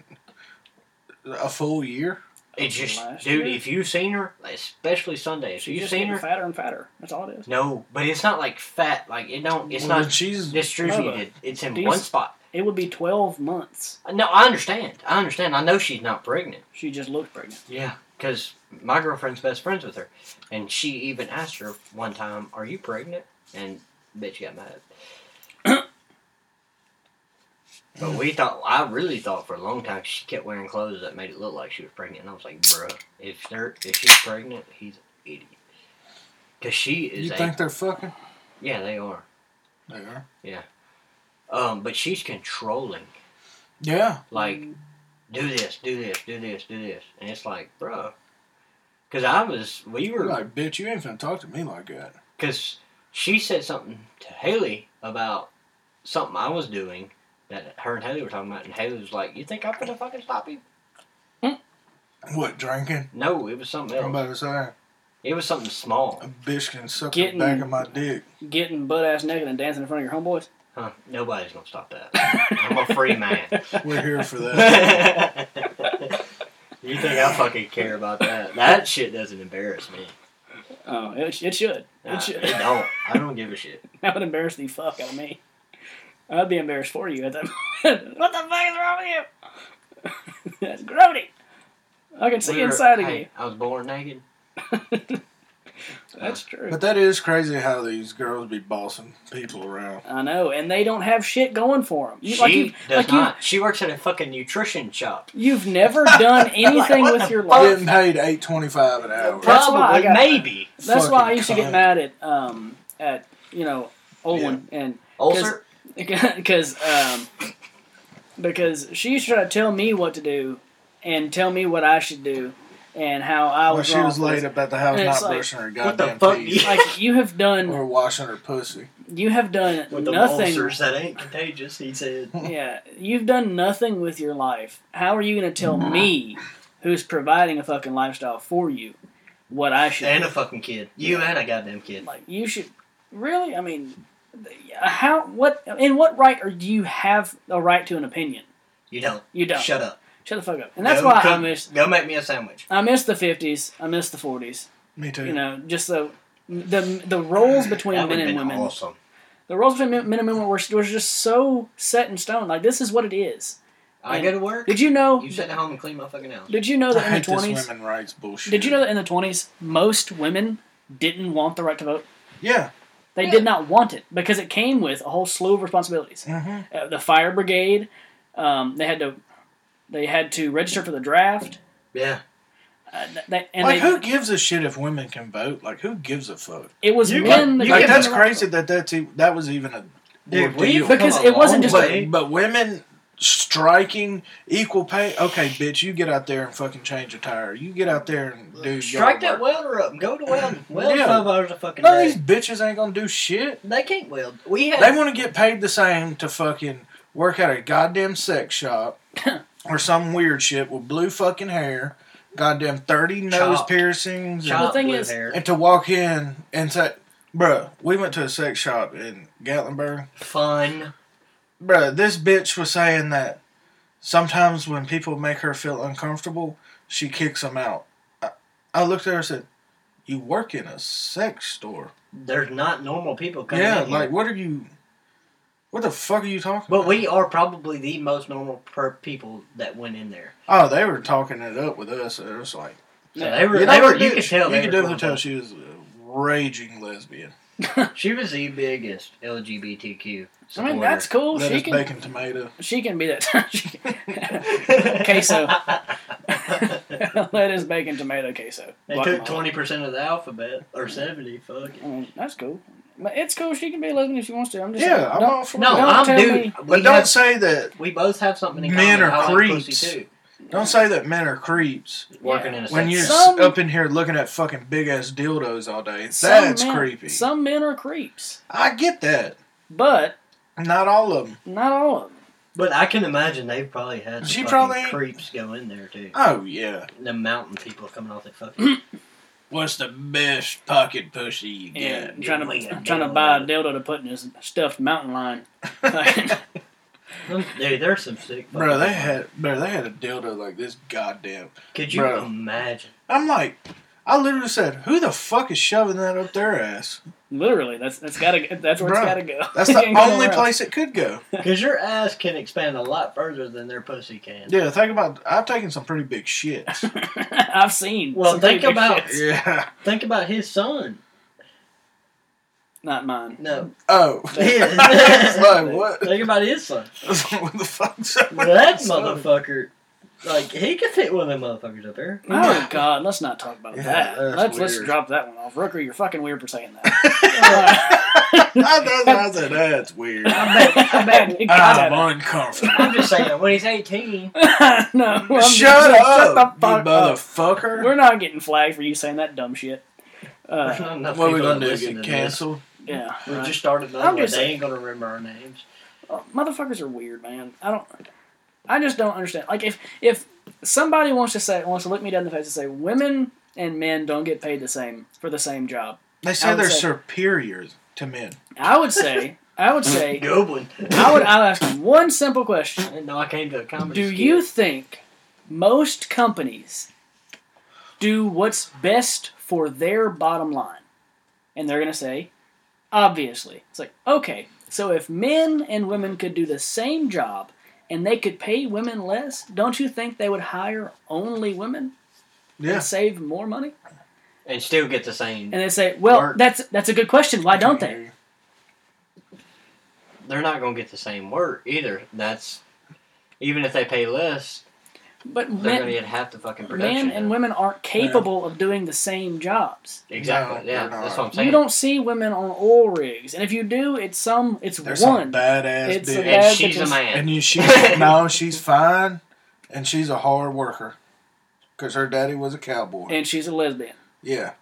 Speaker 2: a full year.
Speaker 3: It's just,
Speaker 1: Last
Speaker 3: dude,
Speaker 1: year?
Speaker 3: if you've seen her, especially Sunday, if
Speaker 1: She's
Speaker 3: you've
Speaker 1: just
Speaker 3: seen
Speaker 1: getting
Speaker 3: her,
Speaker 1: fatter and fatter. That's all it is.
Speaker 3: No, but it's not like fat. Like it don't. It's
Speaker 2: Well, then
Speaker 3: not
Speaker 2: She's
Speaker 3: distributed. It's in
Speaker 1: These-
Speaker 3: one spot.
Speaker 1: It would be twelve months.
Speaker 3: No, I understand. I understand. I know she's not pregnant.
Speaker 1: She just looked pregnant.
Speaker 3: Yeah, because my girlfriend's best friends with her, and she even asked her one time, "Are you pregnant?" And bitch got mad. but we thought. I really thought for a long time she kept wearing clothes that made it look like she was pregnant, and I was like, "Bruh, if they're if she's pregnant, he's an idiot." Because she is
Speaker 2: You
Speaker 3: a
Speaker 2: think they're fucking?
Speaker 3: yeah, they are.
Speaker 2: They are.
Speaker 3: Um, but she's controlling.
Speaker 2: Yeah.
Speaker 3: like
Speaker 1: Mm-hmm.
Speaker 3: do this, do this, do this, do this, and it's like, bro, because I was, we
Speaker 2: You're
Speaker 3: were,
Speaker 2: like, bitch. You ain't finna talk to me like that.
Speaker 3: because she said something to Haley about something I was doing that her and Haley were talking about, and Haley was like, "You think I'm gonna fucking stop you?"
Speaker 2: What drinking?
Speaker 3: No, it was something
Speaker 2: I'm
Speaker 3: else.
Speaker 2: about to say.
Speaker 3: It was something small.
Speaker 2: A bitch can suck
Speaker 1: Getting-
Speaker 2: the back of my dick.
Speaker 1: Getting butt ass naked and dancing in front of your homeboys.
Speaker 3: Huh. Nobody's gonna stop that. I'm a free man.
Speaker 2: We're here for that.
Speaker 3: you think I fucking care about that? That shit doesn't embarrass me.
Speaker 1: Oh, it, it should.
Speaker 3: Nah,
Speaker 1: It should.
Speaker 3: it don't. I don't give a shit.
Speaker 1: That would embarrass the fuck out of me. I'd be embarrassed for you at that moment. what the fuck is wrong with you? That's grody. I can see
Speaker 3: We were-
Speaker 1: inside of
Speaker 3: hey,
Speaker 1: you.
Speaker 3: I was born naked.
Speaker 1: That's true.
Speaker 2: but that is crazy how these girls be bossing people around.
Speaker 1: I know, and they don't have shit going for them. You,
Speaker 3: she
Speaker 1: like you,
Speaker 3: does
Speaker 1: like you,
Speaker 3: not. she works at a fucking nutrition shop.
Speaker 1: you've never done anything
Speaker 3: what
Speaker 1: with
Speaker 3: the
Speaker 1: your
Speaker 3: fuck?
Speaker 1: life.
Speaker 2: Getting paid eight twenty five an hour.
Speaker 1: That's why I
Speaker 3: Probably,
Speaker 1: got-
Speaker 3: maybe.
Speaker 1: That's why I
Speaker 2: Fucking
Speaker 1: used to get
Speaker 2: cunt.
Speaker 1: mad at um at you know Olin and
Speaker 3: Ulcer.
Speaker 1: because um, because she used to try to tell me what to do and tell me what I should do and how I
Speaker 2: When
Speaker 1: was.
Speaker 2: she
Speaker 1: wrong
Speaker 2: was
Speaker 1: for this.
Speaker 2: laid up at the house,
Speaker 1: And it's
Speaker 2: not
Speaker 1: like,
Speaker 2: brushing her
Speaker 3: what the
Speaker 2: goddamn
Speaker 3: fuck do
Speaker 2: teeth
Speaker 3: you-
Speaker 1: Like you have done,
Speaker 2: or washing her pussy.
Speaker 1: you have done nothing.
Speaker 3: that ain't contagious, he said.
Speaker 1: Yeah, you've done nothing with your life. How are you going to tell me, who's providing a fucking lifestyle for you, what I should?
Speaker 3: And
Speaker 1: do?
Speaker 3: a fucking kid. You and a goddamn kid.
Speaker 1: like you should really. I mean, how? What? In what right or do you have a right to an opinion?
Speaker 3: You don't.
Speaker 1: You don't.
Speaker 3: Shut up.
Speaker 1: Shut the fuck up. And that's
Speaker 3: Go
Speaker 1: why I
Speaker 3: cook-
Speaker 1: miss
Speaker 3: Go make me a sandwich.
Speaker 1: I miss the fifties. I miss the forties.
Speaker 2: Me too.
Speaker 1: You know, just the the the roles between
Speaker 3: That would
Speaker 1: men
Speaker 3: have
Speaker 1: and
Speaker 3: been
Speaker 1: women.
Speaker 3: awesome.
Speaker 1: The roles between men men and women were, were just so set in stone. Like this is what it is.
Speaker 3: I
Speaker 1: And-
Speaker 3: go to work.
Speaker 1: Did you know?
Speaker 3: You sit at home and clean my fucking house.
Speaker 1: Did you know
Speaker 2: I
Speaker 1: that in the
Speaker 2: hate this
Speaker 1: twenties?
Speaker 2: women rights bullshit.
Speaker 1: Did you know that in the twenties, most women didn't want the right to vote.
Speaker 2: Yeah.
Speaker 1: They
Speaker 3: Yeah.
Speaker 1: did not want it because it came with a whole slew of responsibilities.
Speaker 2: Mm-hmm.
Speaker 1: Uh, the fire brigade. Um, they had to. They had to register for the draft.
Speaker 3: Yeah.
Speaker 1: Uh, th- they, and
Speaker 2: Like,
Speaker 1: they,
Speaker 2: who gives a shit if women can vote? Like, who gives a fuck?
Speaker 1: it was
Speaker 3: You
Speaker 1: men.
Speaker 3: can-
Speaker 1: that gave
Speaker 3: you
Speaker 2: Like,
Speaker 1: them
Speaker 3: can-
Speaker 2: that's
Speaker 1: the right to
Speaker 2: crazy that that's e- that was even a
Speaker 3: Dude,
Speaker 2: ordeal.
Speaker 3: we've
Speaker 1: Because
Speaker 3: come a
Speaker 1: it wasn't
Speaker 3: long
Speaker 1: just a-
Speaker 3: way.
Speaker 2: But women striking equal pay. Okay, bitch, you get out there and fucking change a tire. You get out there and do your
Speaker 3: Strike that
Speaker 2: work.
Speaker 3: welder up and go to welding. Weld
Speaker 2: Yeah.
Speaker 3: five hours a fucking
Speaker 2: No, these
Speaker 3: day.
Speaker 2: bitches ain't gonna do shit.
Speaker 3: They can't weld. We had.
Speaker 2: They want to get paid the same to fucking work at a goddamn sex shop or some weird shit with blue fucking hair, goddamn thirty nose
Speaker 3: Chopped.
Speaker 2: piercings, and-
Speaker 3: Chop
Speaker 1: The thing
Speaker 3: with
Speaker 1: is-
Speaker 3: hair.
Speaker 2: and to walk in and say, "Bruh, we went to a sex shop in Gatlinburg."
Speaker 3: fun.
Speaker 2: Bruh, this bitch was saying that sometimes when people make her feel uncomfortable, she kicks them out. I, I looked at her and said, You work in a sex store.
Speaker 3: There's not normal people coming.
Speaker 2: Yeah,
Speaker 3: in here.
Speaker 2: like, what are you. What the fuck are you talking
Speaker 3: But
Speaker 2: about?
Speaker 3: we are probably the most normal per people that went in there.
Speaker 2: oh, they were talking it up with us. It was like.
Speaker 3: So
Speaker 1: Yeah.
Speaker 3: they were.
Speaker 2: You,
Speaker 3: they
Speaker 2: know,
Speaker 3: were.
Speaker 2: you
Speaker 3: You could tell.
Speaker 2: You
Speaker 3: they
Speaker 2: could
Speaker 3: were
Speaker 2: definitely tell
Speaker 3: horrible.
Speaker 2: she was a raging lesbian.
Speaker 3: She was the biggest LGBTQ.
Speaker 1: I mean, that's cool.
Speaker 2: That
Speaker 1: Oh, she
Speaker 2: is
Speaker 1: can
Speaker 2: bacon tomato.
Speaker 1: she can be that. she can-
Speaker 3: queso.
Speaker 1: Queso. that is bacon tomato queso.
Speaker 3: They
Speaker 1: Guacamole.
Speaker 3: took twenty percent of the alphabet or seventy. Fuck.
Speaker 1: I mean, Mm, that's cool. But it's cool. She can be a lesbian if she wants to. I'm just
Speaker 2: Yeah, I'm
Speaker 1: saying,
Speaker 2: all for
Speaker 3: No,
Speaker 2: that.
Speaker 1: Don't
Speaker 3: I'm
Speaker 1: tell
Speaker 3: dude.
Speaker 1: me.
Speaker 3: We,
Speaker 2: But don't
Speaker 3: have-
Speaker 2: say that.
Speaker 3: we both have something in
Speaker 2: Men
Speaker 3: common.
Speaker 2: are
Speaker 3: I like pussy
Speaker 2: creeps.
Speaker 3: too.
Speaker 2: Don't say that men are creeps.
Speaker 3: Working in a
Speaker 2: When
Speaker 3: sex
Speaker 2: you're
Speaker 3: shop.
Speaker 1: Some-
Speaker 2: s up in here looking at fucking big ass dildos all day,
Speaker 1: some
Speaker 2: that's
Speaker 1: men-
Speaker 2: creepy.
Speaker 1: Some men are creeps,
Speaker 2: I get that.
Speaker 1: but
Speaker 2: Not all of them.
Speaker 1: not all of them.
Speaker 3: But I can imagine they've probably had some
Speaker 2: She
Speaker 3: fucking
Speaker 2: probably-
Speaker 3: creeps go in there too.
Speaker 2: Oh yeah.
Speaker 3: The mountain people coming off the fucking.
Speaker 2: What's the best pocket pussy you
Speaker 1: Yeah,
Speaker 3: dude,
Speaker 1: trying
Speaker 3: we
Speaker 1: to
Speaker 3: have
Speaker 1: trying to
Speaker 3: dildo.
Speaker 1: buy a dildo to put in his stuffed mountain lion.
Speaker 3: Dude, there's some sick. fucking
Speaker 2: Bro, they
Speaker 3: people.
Speaker 2: had bro, they had a dildo like this goddamn.
Speaker 3: Could you
Speaker 2: Bro.
Speaker 3: imagine?
Speaker 2: I'm like, I literally said, who the fuck is shoving that up their ass?
Speaker 1: Literally, that's that's gotta that's where
Speaker 2: Bruh,
Speaker 1: it's gotta go.
Speaker 2: That's
Speaker 1: It
Speaker 2: the
Speaker 1: can't go
Speaker 2: only
Speaker 1: nowhere else.
Speaker 2: place it could go.
Speaker 3: Because your ass can expand a lot further than their pussy can.
Speaker 2: Yeah, think about. I've taken some pretty big shits.
Speaker 1: I've seen.
Speaker 3: Well,
Speaker 1: some pretty
Speaker 3: think
Speaker 1: big
Speaker 3: about-
Speaker 1: shits.
Speaker 2: yeah.
Speaker 3: Think about his son.
Speaker 1: not mine.
Speaker 3: No,
Speaker 2: Oh.
Speaker 3: his.
Speaker 2: like what?
Speaker 3: Think about his son.
Speaker 2: what the fuck's
Speaker 3: That motherfucker. Like he could fit one of them motherfuckers up there.
Speaker 1: Oh God, let's not talk about
Speaker 2: Yeah,
Speaker 1: that.
Speaker 2: that's
Speaker 1: Let's let's
Speaker 2: weird.
Speaker 1: drop that one off. Rooker, you're fucking weird for saying Uh, that.
Speaker 2: I, that's, I said that's weird.
Speaker 3: I bet. I bet.
Speaker 2: I'm uncomfortable.
Speaker 3: I'm just saying. When he's 18,
Speaker 1: no, I'm just
Speaker 2: shut
Speaker 1: saying,
Speaker 2: up,
Speaker 1: shut the
Speaker 2: you
Speaker 1: fuck up.
Speaker 2: motherfucker.
Speaker 1: We're not getting flagged for you saying that dumb shit.
Speaker 3: there's
Speaker 1: Uh,
Speaker 3: not enough
Speaker 2: what are we
Speaker 3: people
Speaker 2: gonna
Speaker 3: that
Speaker 2: do?
Speaker 3: listen
Speaker 2: Get
Speaker 3: to this.
Speaker 2: canceled?
Speaker 1: yeah,
Speaker 3: We
Speaker 1: right.
Speaker 3: just started another
Speaker 1: I'm
Speaker 3: one.
Speaker 1: just
Speaker 3: They
Speaker 1: saying-
Speaker 3: ain't gonna remember our names.
Speaker 1: Oh, motherfuckers are weird, man. I don't. I just don't understand. Like if if somebody wants to say wants to look me down in the face and say women and men don't get paid the same for the same job.
Speaker 2: They
Speaker 1: I
Speaker 2: say
Speaker 1: would
Speaker 2: they're
Speaker 1: say-
Speaker 2: superior to men.
Speaker 1: I would say, I would say,
Speaker 3: Goblin.
Speaker 1: I would. I'll ask you one simple question:
Speaker 3: No, I came to a comedy.
Speaker 1: Do
Speaker 3: skit.
Speaker 1: you think most companies do what's best for their bottom line? And they're going to say, obviously. It's like, okay, so if men and women could do the same job and they could pay women less, don't you think they would hire only women
Speaker 2: Yeah.
Speaker 1: and save more money?
Speaker 3: and still get the same?
Speaker 1: And they say, well,
Speaker 3: Work.
Speaker 1: that's that's a good question. Why don't they?
Speaker 3: They're not going to get the same work either. That's even if they pay less,
Speaker 1: But
Speaker 3: they're going to
Speaker 1: men,
Speaker 3: get half the fucking production.
Speaker 1: men and women aren't capable of doing the same jobs.
Speaker 3: Exactly.
Speaker 2: No,
Speaker 3: yeah,
Speaker 2: they're
Speaker 3: that's
Speaker 2: not.
Speaker 3: what I'm saying.
Speaker 1: You don't see women on oil rigs, and if you do, it's some it's
Speaker 2: They're
Speaker 1: one.
Speaker 2: some badass
Speaker 1: It's a
Speaker 2: bitch.
Speaker 1: bad-
Speaker 3: and she's a
Speaker 1: bitches.
Speaker 3: man.
Speaker 2: and you, she, no, she's fine, and she's a hard worker, cause her daddy was a cowboy.
Speaker 1: and she's a lesbian.
Speaker 2: Yeah.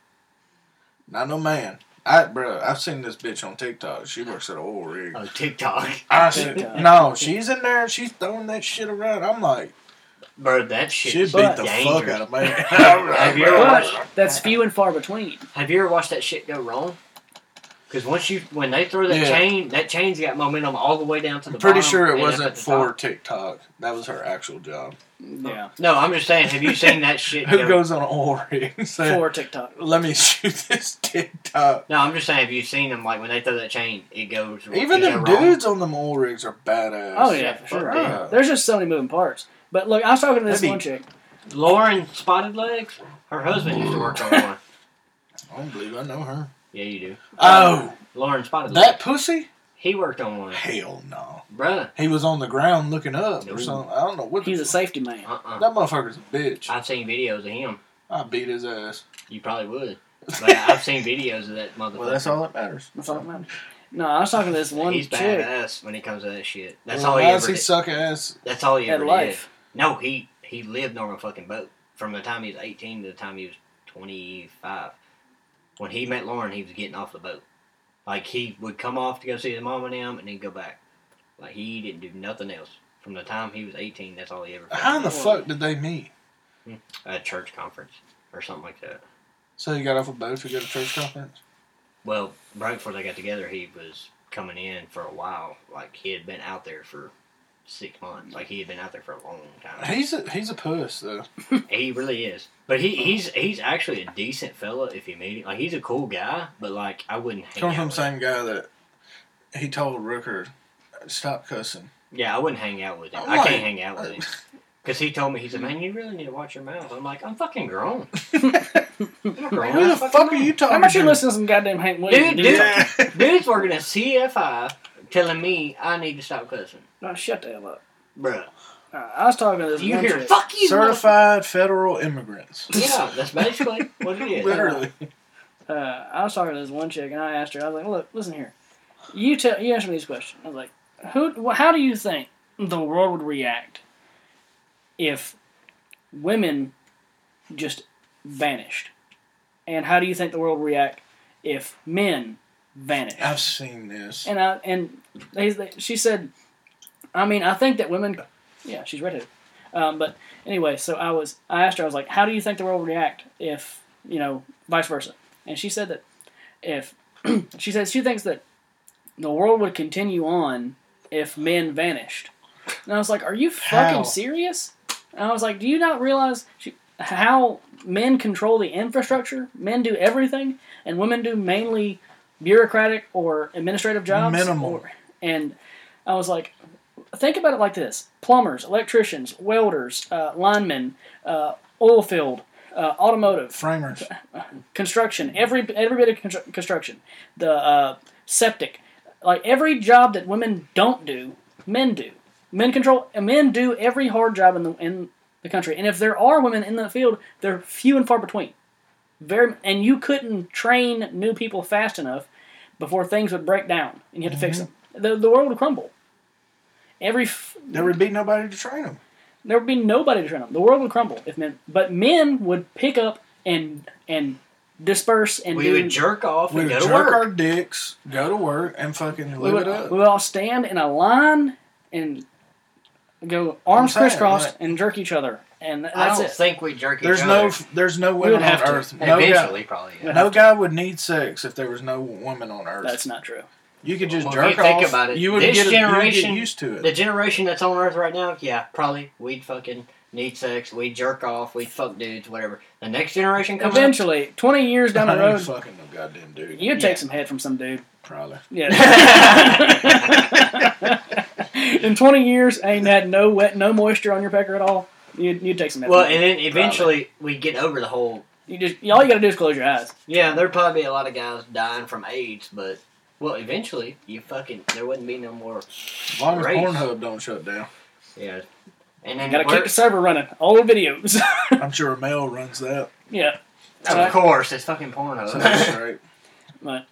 Speaker 2: Not no man. I bro, I've seen this bitch on TikTok. She works at an oil rig.
Speaker 3: on Oh, TikTok,
Speaker 2: I said,
Speaker 1: TikTok.
Speaker 2: no, she's in there. She's throwing that shit around. I'm like,
Speaker 3: bro. That shit.
Speaker 2: she beat
Speaker 3: is
Speaker 1: but-
Speaker 2: the
Speaker 3: dangerous.
Speaker 2: fuck out of me.
Speaker 3: Have you ever
Speaker 1: But
Speaker 3: watched?
Speaker 1: that's few and far between.
Speaker 3: Have you ever watched that shit go wrong? Because once you, when they throw that
Speaker 2: Yeah.
Speaker 3: chain, that chain's got momentum all the way down to the.
Speaker 2: I'm pretty
Speaker 3: bottom
Speaker 2: sure it
Speaker 3: and up
Speaker 2: wasn't
Speaker 3: at the
Speaker 2: for
Speaker 3: top.
Speaker 2: TikTok. That was her actual job.
Speaker 1: Yeah,
Speaker 3: No, I'm just saying. Have you seen that shit?
Speaker 2: Who
Speaker 3: go-
Speaker 2: goes on an oil rig and says,
Speaker 1: for TikTok.
Speaker 2: let me shoot this TikTok?
Speaker 3: No, I'm just saying. Have you seen them like when they throw that chain, it goes.
Speaker 2: Even
Speaker 3: it
Speaker 2: them
Speaker 3: go wrong.
Speaker 2: dudes on them oil rigs are badass.
Speaker 1: Oh yeah, for sure.
Speaker 2: Yeah.
Speaker 1: There's just so many moving parts. But look, I was talking to this
Speaker 2: Maybe-
Speaker 1: one chick.
Speaker 3: Lauren Spotted Legs, her husband used to work on one.
Speaker 2: I don't believe I know her.
Speaker 3: Yeah, you do.
Speaker 2: Oh,
Speaker 3: Lauren Spotted
Speaker 2: that
Speaker 3: Legs.
Speaker 2: pussy?
Speaker 3: He worked on one.
Speaker 2: Hell no.
Speaker 3: Bruh.
Speaker 2: He was on the ground looking up
Speaker 3: Ooh.
Speaker 2: or something. I don't know what. the
Speaker 1: He's a
Speaker 2: fuck.
Speaker 1: safety man.
Speaker 3: Uh uh-uh.
Speaker 2: That motherfucker's a bitch.
Speaker 3: I've seen videos of him.
Speaker 2: I beat his ass.
Speaker 3: You probably would. But I've seen videos of that motherfucker.
Speaker 2: Well, that's all that matters.
Speaker 1: That's all that matters. No, I was talking to this one
Speaker 3: He's
Speaker 1: chick
Speaker 3: badass when it comes to that shit. That's
Speaker 2: Well,
Speaker 3: all he
Speaker 2: why does
Speaker 3: ever
Speaker 2: he
Speaker 3: did.
Speaker 2: suck ass?
Speaker 3: That's all he
Speaker 1: at
Speaker 3: ever
Speaker 1: life.
Speaker 3: did. No, he he lived on a fucking boat from the time he was 18 to the time he was 25. When he met Lauren, he was getting off the boat. Like he would come off to go see his mom and him, and then go back. Like he didn't do nothing else from the time he was 18. That's all he ever.
Speaker 2: How in
Speaker 3: fucking
Speaker 2: the fuck did they meet?
Speaker 3: did. At a church conference or something like that.
Speaker 2: So he got off a boat to go to church conference.
Speaker 3: Well, right before they got together, he was coming in for a while. Like he had been out there for six months. Like he had been out there for a long time.
Speaker 2: He's a he's a puss though.
Speaker 3: he really is. But he, he's he's actually a decent fella if you meet him. Like he's a cool guy, but like I wouldn't hang
Speaker 2: Coming
Speaker 3: out
Speaker 2: from the
Speaker 3: with
Speaker 2: same guy that he told Rooker, stop cussing.
Speaker 3: Yeah, I wouldn't hang out with him.
Speaker 2: I'm
Speaker 3: I
Speaker 2: like-
Speaker 3: can't hang out with him. Because he told me, he said, man, you really need to watch your mouth. I'm like, I'm fucking grown. I'm a grown
Speaker 2: Who the
Speaker 3: ass fucking
Speaker 2: fuck are
Speaker 3: man.
Speaker 2: you talking?
Speaker 1: How much you
Speaker 2: to?
Speaker 1: listen to some goddamn Hank Williams?
Speaker 3: Dude, dude.
Speaker 2: Yeah.
Speaker 3: Dude's working at CFI telling me I need to stop cussing.
Speaker 1: No, shut the hell up.
Speaker 3: Bruh.
Speaker 1: Uh, I was talking to this
Speaker 3: You
Speaker 1: one
Speaker 3: hear,
Speaker 1: chick.
Speaker 3: fuck you. motherfucker."
Speaker 2: Certified federal immigrants.
Speaker 3: Yeah, that's basically what it is.
Speaker 2: Literally.
Speaker 1: uh, I was talking to this one chick, and I asked her, I was like, "Look, listen here. You tell, you answer me this question." I was like, "Who? wh- How do you think the world would react if women just vanished? And how do you think the world would react if men vanished?"
Speaker 2: I've seen this.
Speaker 1: And I and they, they, she said, I mean, I think that women, yeah, she's redheaded. Um, but anyway, so I was, I asked her, I was like, how do you think the world would react if, you know, vice versa? And she said that if, she said she thinks that the world would continue on if men vanished. And I was like, are you fucking
Speaker 2: How?
Speaker 1: serious? And I was like, do you not realize she, how men control the infrastructure? Men do everything, and women do mainly bureaucratic or administrative jobs.
Speaker 2: Minimal.
Speaker 1: or- and I was like, think about it like this: plumbers, electricians, welders, uh, linemen, uh, oil field, uh, automotive,
Speaker 2: Framers.
Speaker 1: construction, every every bit of constru- construction, the uh, septic, like every job that women don't do, men do. Men control. and Men do every hard job in the in the country, and if there are women in that field, they're few and far between. Very, and you couldn't train new people fast enough before things would break down, and you had to fix them.
Speaker 3: Mm-hmm.
Speaker 1: The, the world would crumble. Every f-
Speaker 2: There would be nobody to train them.
Speaker 1: there would be nobody to train them. The world would crumble if men. But men would pick up and and disperse and
Speaker 3: We
Speaker 1: do,
Speaker 3: would jerk off
Speaker 2: We
Speaker 3: and
Speaker 2: would
Speaker 3: go
Speaker 2: jerk
Speaker 3: to work.
Speaker 2: our dicks, go to work, and fucking
Speaker 1: we
Speaker 2: live
Speaker 1: would,
Speaker 2: it up.
Speaker 1: we would all stand in a line and go arms
Speaker 2: I'm saying,
Speaker 1: crisscrossed
Speaker 2: like-
Speaker 1: and jerk each other and
Speaker 3: I
Speaker 1: that's
Speaker 3: don't
Speaker 1: it.
Speaker 3: think we jerk each
Speaker 2: There's
Speaker 3: other.
Speaker 2: no there's no
Speaker 1: would
Speaker 2: women
Speaker 1: have
Speaker 2: on
Speaker 1: to.
Speaker 2: earth. No guy,
Speaker 3: Eventually, probably. Yeah.
Speaker 2: no guy would need sex if there was no woman on earth.
Speaker 1: That's not true.
Speaker 2: you could just
Speaker 3: Well, if
Speaker 2: jerk
Speaker 3: you think
Speaker 2: off.
Speaker 3: about it,
Speaker 2: you would
Speaker 3: this
Speaker 2: get you would get
Speaker 3: generation-
Speaker 2: used to it.
Speaker 3: The generation that's on Earth right now, yeah, probably we'd fucking need sex, we'd jerk off, we'd fuck dudes, whatever. The next generation comes in.
Speaker 1: Eventually, twenty years down the
Speaker 2: I ain't
Speaker 1: road,
Speaker 2: fucking no goddamn dude.
Speaker 1: you'd take
Speaker 3: Yeah.
Speaker 1: some head from some dude.
Speaker 2: Probably.
Speaker 1: Yeah. In twenty years, ain't had no wet, no moisture on your pecker at all. You'd, you'd take some head.
Speaker 3: Well,
Speaker 1: from
Speaker 3: and then eventually we get over the whole.
Speaker 1: it. you just all you got to do is close your eyes.
Speaker 3: Yeah, there'd probably be a lot of guys dying from AIDS, but well, eventually you fucking there wouldn't be no more.
Speaker 2: As long as
Speaker 3: Race.
Speaker 2: Pornhub don't shut down,
Speaker 3: Yeah, and then
Speaker 1: Got to
Speaker 3: we're-
Speaker 1: keep the server running. Old videos.
Speaker 2: I'm sure Mel runs that.
Speaker 1: yeah.
Speaker 3: of course it's fucking
Speaker 2: So
Speaker 3: Pornhub.
Speaker 2: that's right.
Speaker 3: what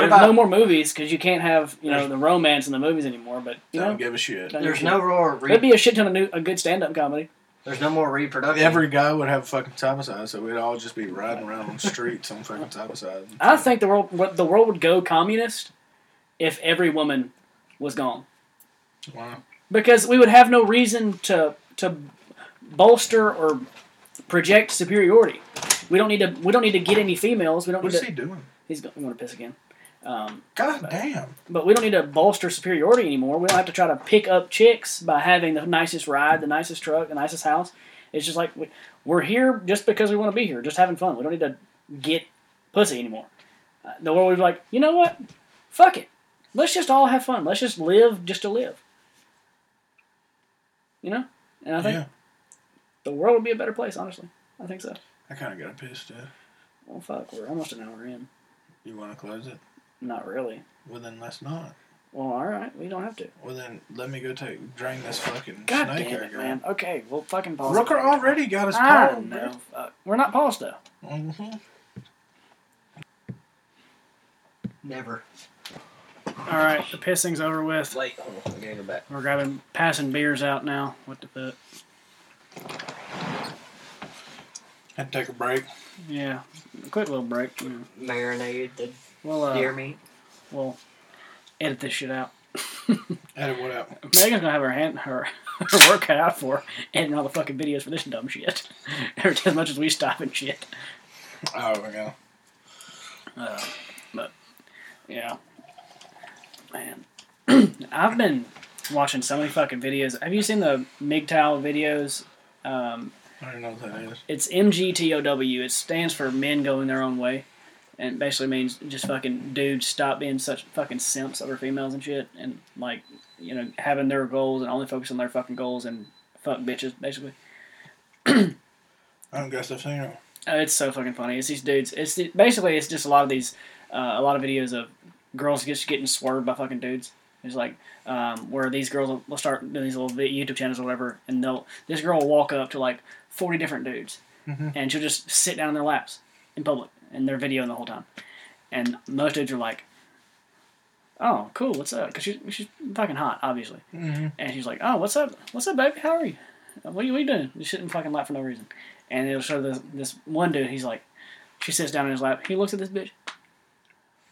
Speaker 1: There's
Speaker 3: about
Speaker 1: no more movies because you can't have you know
Speaker 3: There's-
Speaker 1: the romance in the movies anymore. But you
Speaker 2: Don't
Speaker 1: know,
Speaker 2: give a shit.
Speaker 1: Don't-
Speaker 3: there's no more
Speaker 1: there'd
Speaker 3: re-
Speaker 1: be a shit ton of new, a good stand up comedy.
Speaker 3: there's no more reproduction.
Speaker 2: Every guy would have a fucking homicide, so we'd all just be riding around on the streets on fucking homicide.
Speaker 1: I think the world what- the world would go communist if every woman was gone
Speaker 2: Wow.
Speaker 1: because we would have no reason to to bolster or project superiority. We don't need to. We don't need to get any females. We don't need
Speaker 2: What's he
Speaker 1: to.
Speaker 2: doing?
Speaker 1: He's go- I'm going to piss again. Um,
Speaker 2: God damn.
Speaker 1: But we don't need to bolster superiority anymore. We don't have to try to pick up chicks by having the nicest ride, the nicest truck, the nicest house. It's just like we, we're here just because we want to be here, just having fun. We don't need to get pussy anymore. Uh, the world would be like, you know what? Fuck it. Let's just all have fun. Let's just live just to live. You know? And I think
Speaker 2: Yeah.
Speaker 1: the world would be a better place, honestly. I think so.
Speaker 2: I kind of got pissed off.
Speaker 1: Well, fuck. We're almost an hour in.
Speaker 2: You want to close it?
Speaker 1: Not really.
Speaker 2: Well, then let's not.
Speaker 1: Well, all right. We don't have to.
Speaker 2: Well, then let me go take drain this fucking
Speaker 1: God
Speaker 2: snake
Speaker 1: damn
Speaker 2: I
Speaker 1: it,
Speaker 2: got.
Speaker 1: man. Okay, we'll fucking pause. it.
Speaker 2: Rooker already got his
Speaker 1: I
Speaker 2: paw.
Speaker 1: don't know. Fuck. We're not paused though.
Speaker 2: Mm-hmm.
Speaker 3: never.
Speaker 1: All right, the pissing's over with.
Speaker 3: Wait, hold on, I gotta go back.
Speaker 1: We're grabbing passing beers out now. What the fuck?
Speaker 2: Had to take a break.
Speaker 1: Yeah, quick little break. you know.
Speaker 3: Marinated the
Speaker 1: We'll uh,
Speaker 3: deer meat.
Speaker 1: we'll edit this shit out.
Speaker 2: Edit what out.
Speaker 1: Megan's gonna have her hand her, her work cut out for editing all the fucking videos for this dumb shit. Every as much as we stop and shit.
Speaker 2: Oh, there we go.
Speaker 1: Uh, but yeah, man, I've been watching so many fucking videos. Have you seen the MGTOW videos? Um,
Speaker 2: I don't even know what that is.
Speaker 1: It's MGTOW. It stands for men going their own way. And it basically means just fucking dudes stop being such fucking simps over females and shit. And like, you know, having their goals and only focus on their fucking goals and fuck bitches, basically.
Speaker 2: I don't guess I've seen it.
Speaker 1: Uh, it's so fucking funny. It's these dudes. It's the, basically it's just a lot of these, uh, a lot of videos of girls just getting swerved by fucking dudes. It's like um, where these girls will- will start doing these little vi- YouTube channels or whatever, and they'll this girl will walk up to like forty different dudes,
Speaker 2: Mhm.
Speaker 1: and she'll just sit down in their laps in public, and they're videoing the whole time. And most dudes are like, "Oh, cool, what's up?" Because she's she's fucking hot, obviously.
Speaker 2: Mm-hmm.
Speaker 1: And she's like, "Oh, what's up? What's up, baby? How are you? Uh, What are you, what are you doing? You sitting fucking lap for no reason." And it'll show this this one dude. He's like, she sits down in his lap. He looks at this bitch.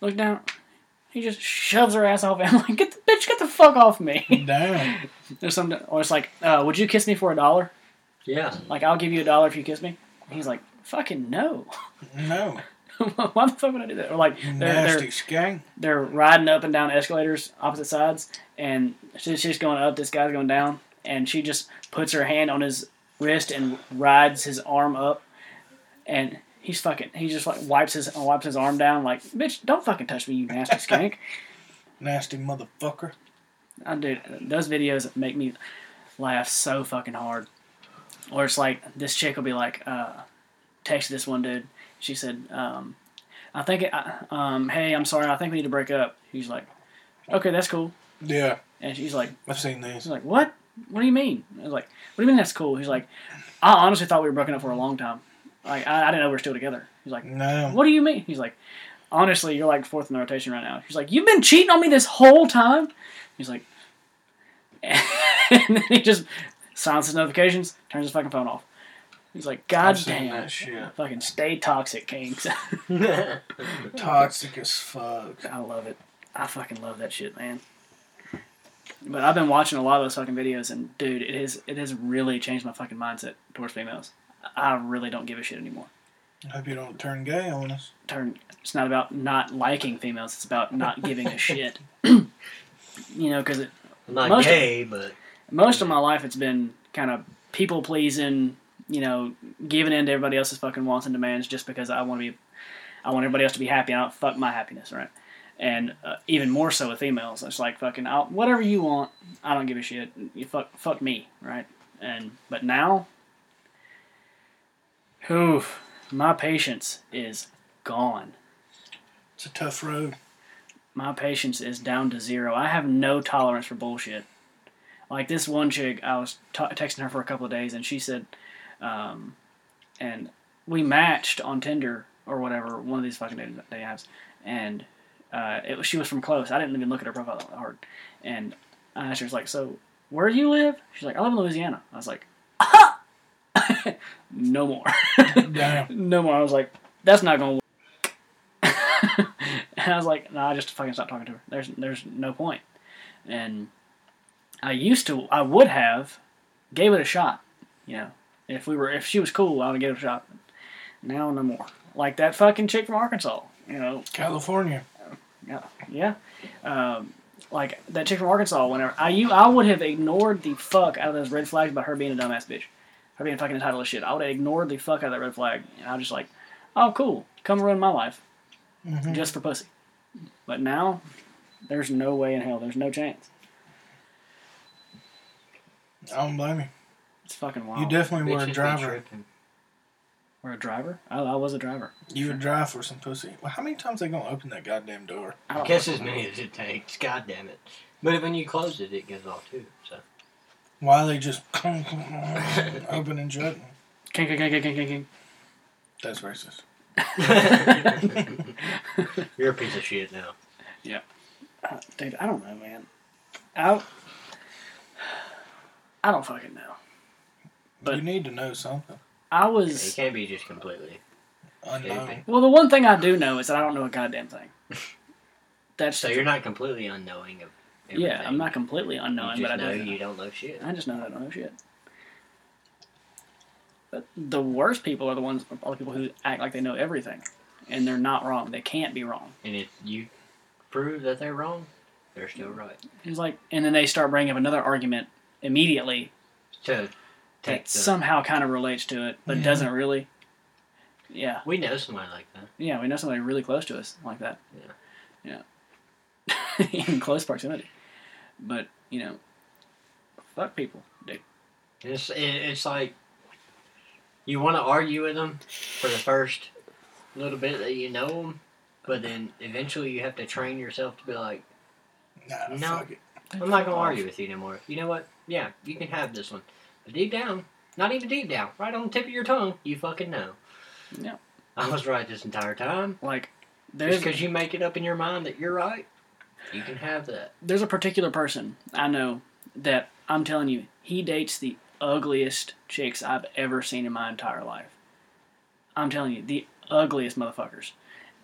Speaker 1: Looks down. He just shoves her ass off. I'm like, "Get the bitch, get the fuck off me!"
Speaker 2: Damn.
Speaker 1: There's some, or it's like, uh, "Would you kiss me for a dollar?
Speaker 3: Yeah.
Speaker 1: Like, I'll give you a dollar if you kiss me." And he's like, "Fucking no!
Speaker 2: No.
Speaker 1: Why the fuck would I do that?" Or like, they're, they're
Speaker 2: Nasty skank.
Speaker 1: they're riding up and down escalators opposite sides and she- she's going up this guy's going down and she just puts her hand on his wrist and rides his arm up and he's fucking he just like wipes his wipes his arm down like bitch don't fucking touch me you nasty skank
Speaker 2: Nasty motherfucker.
Speaker 1: I dude, those videos make me laugh so fucking hard. Or it's like this chick will be like, uh, text this one dude. She said, um, I think, it, I- um, hey, I'm sorry, I think we need to break up. He's like, okay, that's cool.
Speaker 2: Yeah,
Speaker 1: And she's like,
Speaker 2: I've seen these.
Speaker 1: she's like, what? What do you mean? I was like, what do you mean that's cool? He's like, I honestly thought we were broken up for a long time. Like, I, I didn't know we were still together. He's like,
Speaker 2: No.
Speaker 1: what do you mean? He's like, honestly, you're like fourth in the rotation right now. He's like, you've been cheating on me this whole time. He's like, and then he just silences notifications, turns his fucking phone off. He's like, God
Speaker 2: I've seen
Speaker 1: damn,
Speaker 2: that shit.
Speaker 1: fucking stay toxic, Kings.
Speaker 2: Toxic as fuck.
Speaker 1: I love it. I fucking love that shit, man. But I've been watching a lot of those fucking videos, and dude, it is it has really changed my fucking mindset towards females. I really don't give a shit anymore.
Speaker 2: I hope you don't turn gay on us.
Speaker 1: Turn. It's not about not liking females. It's about not giving a shit. you know, because
Speaker 3: I'm not
Speaker 1: Most-
Speaker 3: gay, but
Speaker 1: most of my life it's been kind of people pleasing, you know, giving in to everybody else's fucking wants and demands just because I want to be, I want everybody else to be happy. I don't fuck my happiness, right? And uh, even more so with females, it's like fucking I'll, whatever you want, I don't give a shit. You fuck fuck me, right? And but now, whew, my patience is gone.
Speaker 2: It's a tough road.
Speaker 1: My patience is down to zero. I have no tolerance for bullshit. Like this one chick, I was t- texting her for a couple of days, and she said, um, and we matched on Tinder or whatever, one of these fucking dating dating apps, and uh, it was, she was from close. I didn't even look at her profile that hard, and I asked her, I was like, so where do you live? She's like, I live in Louisiana. I was like, no more.
Speaker 2: Damn.
Speaker 1: no more. I was like, that's not gonna work. and I was like, no, nah, I just fucking stopped talking to her. There's there's no point. And I used to, I would have, gave it a shot. You know, if we were, if she was cool, I would give it a shot. Now no more. Like that fucking chick from Arkansas. You know,
Speaker 2: California.
Speaker 1: yeah, yeah. Um, like that chick from Arkansas. Whenever I you, I would have ignored the fuck out of those red flags by her being a dumbass bitch, her being fucking entitled to shit. I would have ignored the fuck out of that red flag, and I was just like, oh cool, come ruin my life
Speaker 2: Mhm.
Speaker 1: just for pussy. But now, there's no way in hell. There's no chance.
Speaker 2: I don't blame you.
Speaker 1: It's fucking wild.
Speaker 2: You definitely were a driver.
Speaker 1: We're a driver. I, I was a driver.
Speaker 2: You would drive for some pussy. Well, how many times they gonna open that goddamn door?
Speaker 1: I
Speaker 3: I
Speaker 1: don't
Speaker 3: guess as many as it takes. God damn it! But when you close it, it goes off too. So
Speaker 2: Why they just open and shut?
Speaker 1: King, king, king, king, king, king.
Speaker 2: That's racist.
Speaker 3: you're a piece of shit now.
Speaker 1: Uh, dude, I don't know, man. I, I don't fucking know. But-
Speaker 2: you need to know something.
Speaker 1: I
Speaker 3: You
Speaker 1: was.
Speaker 3: can't be just completely.
Speaker 1: Uh,
Speaker 2: Unknown.
Speaker 1: Well, the one thing I do know is that I don't know a goddamn thing. That's
Speaker 3: So you're not completely unknowing of. Everything.
Speaker 1: yeah. I'm not completely unknowing,
Speaker 3: you
Speaker 1: but I
Speaker 3: just know
Speaker 1: do.
Speaker 3: you don't know shit.
Speaker 1: I just know I don't know shit. But the worst people are the ones, are the people who act like they know everything, and they're not wrong. They can't be wrong.
Speaker 3: And if you prove that they're wrong, they're still
Speaker 1: Mm.
Speaker 3: right.
Speaker 1: It's like, and then they start bringing up another argument immediately
Speaker 3: So
Speaker 1: that
Speaker 3: take the,
Speaker 1: somehow kind of relates to it, but
Speaker 2: Yeah.
Speaker 1: doesn't really. Yeah,
Speaker 3: we know somebody like that.
Speaker 1: yeah, we know somebody really close to us like that.
Speaker 3: Yeah.
Speaker 1: Yeah, yeah, in close proximity. But you know, fuck people, dude.
Speaker 3: It's it, it's like you want to argue with them for the first little bit that you know them, but then eventually you have to train yourself to be like,
Speaker 2: Nah,
Speaker 3: No.
Speaker 2: fuck it.
Speaker 3: I'm not gonna argue with you anymore. You know what? Yeah, you can have this one. But deep down, not even deep down, right on the tip of your tongue, you fucking know.
Speaker 1: Yeah.
Speaker 3: I was right this entire time.
Speaker 1: Like,
Speaker 3: Just
Speaker 1: there's
Speaker 3: because you make it up in your mind that you're right, you can have that.
Speaker 1: there's a particular person I know that I'm telling you, he dates the ugliest chicks I've ever seen in my entire life. I'm telling you, the ugliest motherfuckers.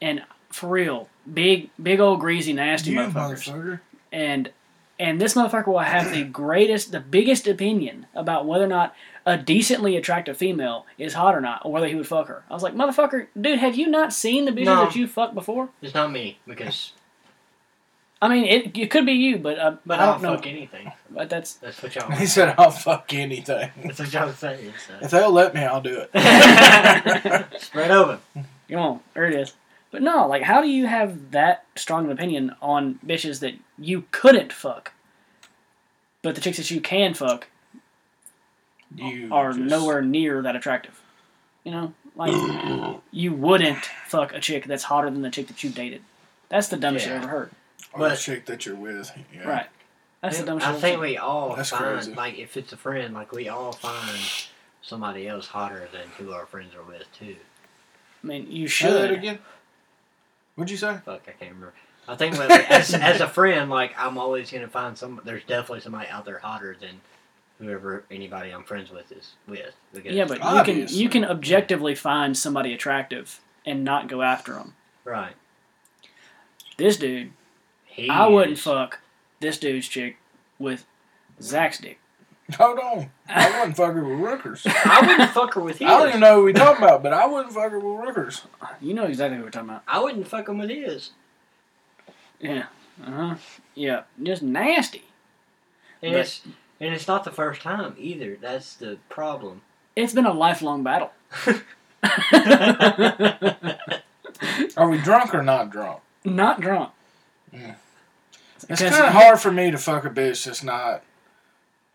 Speaker 1: And for real, big, big old greasy, nasty
Speaker 2: You
Speaker 1: motherfuckers.
Speaker 2: motherfucker.
Speaker 1: And and this motherfucker will have the greatest, the biggest opinion about whether or not a decently attractive female is hot or not, or whether he would fuck her. I was like, motherfucker, dude, have you not seen the bitches
Speaker 3: No.
Speaker 1: that you fucked before?
Speaker 3: It's not me because,
Speaker 1: I mean, it, it could be you, but uh,
Speaker 3: but
Speaker 1: I
Speaker 3: I'll
Speaker 1: don't know.
Speaker 3: fuck anything.
Speaker 1: But that's
Speaker 3: That's what y'all.
Speaker 2: He said, "I'll fuck anything
Speaker 3: That's what y'all saying.
Speaker 2: if
Speaker 3: So.
Speaker 2: they'll let me. I'll do it."
Speaker 3: Spread over.
Speaker 1: Come on, there it is. But no, like, how do you have that strong of an opinion on bitches that you couldn't fuck, but the chicks that you can fuck
Speaker 2: You
Speaker 1: are
Speaker 2: just-
Speaker 1: nowhere near that attractive? You know, like, you wouldn't fuck a chick that's hotter than the chick that you dated. That's the dumbest shit
Speaker 3: Yeah.
Speaker 1: I've ever heard.
Speaker 2: Or the
Speaker 3: But-
Speaker 2: chick that you're with. Yeah.
Speaker 1: Right. That's the dumbest
Speaker 3: I
Speaker 1: shit.
Speaker 3: think
Speaker 1: I've
Speaker 3: we all
Speaker 2: That's
Speaker 3: find
Speaker 2: crazy.
Speaker 3: like if it's a friend, like we all find somebody else hotter than who our friends are with too.
Speaker 1: I mean, you
Speaker 2: Say that
Speaker 1: should.
Speaker 2: again. What'd you say?
Speaker 3: Fuck, I can't remember. I think like, as as a friend, like I'm always gonna find some. There's definitely somebody out there hotter than whoever anybody I'm friends with is with. Because,
Speaker 1: Yeah, but you can
Speaker 2: Obviously.
Speaker 1: you can objectively find somebody attractive and not go after them.
Speaker 3: right,
Speaker 1: This dude,
Speaker 3: he
Speaker 1: I wouldn't
Speaker 3: is-
Speaker 1: fuck this dude's chick with Zach's dick.
Speaker 2: Hold on. I wouldn't fuck her with Rookers.
Speaker 3: I wouldn't fuck her with
Speaker 2: I don't even
Speaker 3: his.
Speaker 2: know what we talking about, but I wouldn't fuck her with Rookers.
Speaker 1: You know exactly what we're talking about.
Speaker 3: I wouldn't fuck him with his.
Speaker 1: Yeah. Uh huh. Yeah. Just nasty.
Speaker 3: And
Speaker 1: But-
Speaker 3: it's and it's not the first time either. That's the problem.
Speaker 1: It's been a lifelong battle.
Speaker 2: Are we drunk or not drunk?
Speaker 1: Not drunk.
Speaker 2: Yeah. It's
Speaker 1: Because-
Speaker 2: kind of hard for me to fuck a bitch that's not.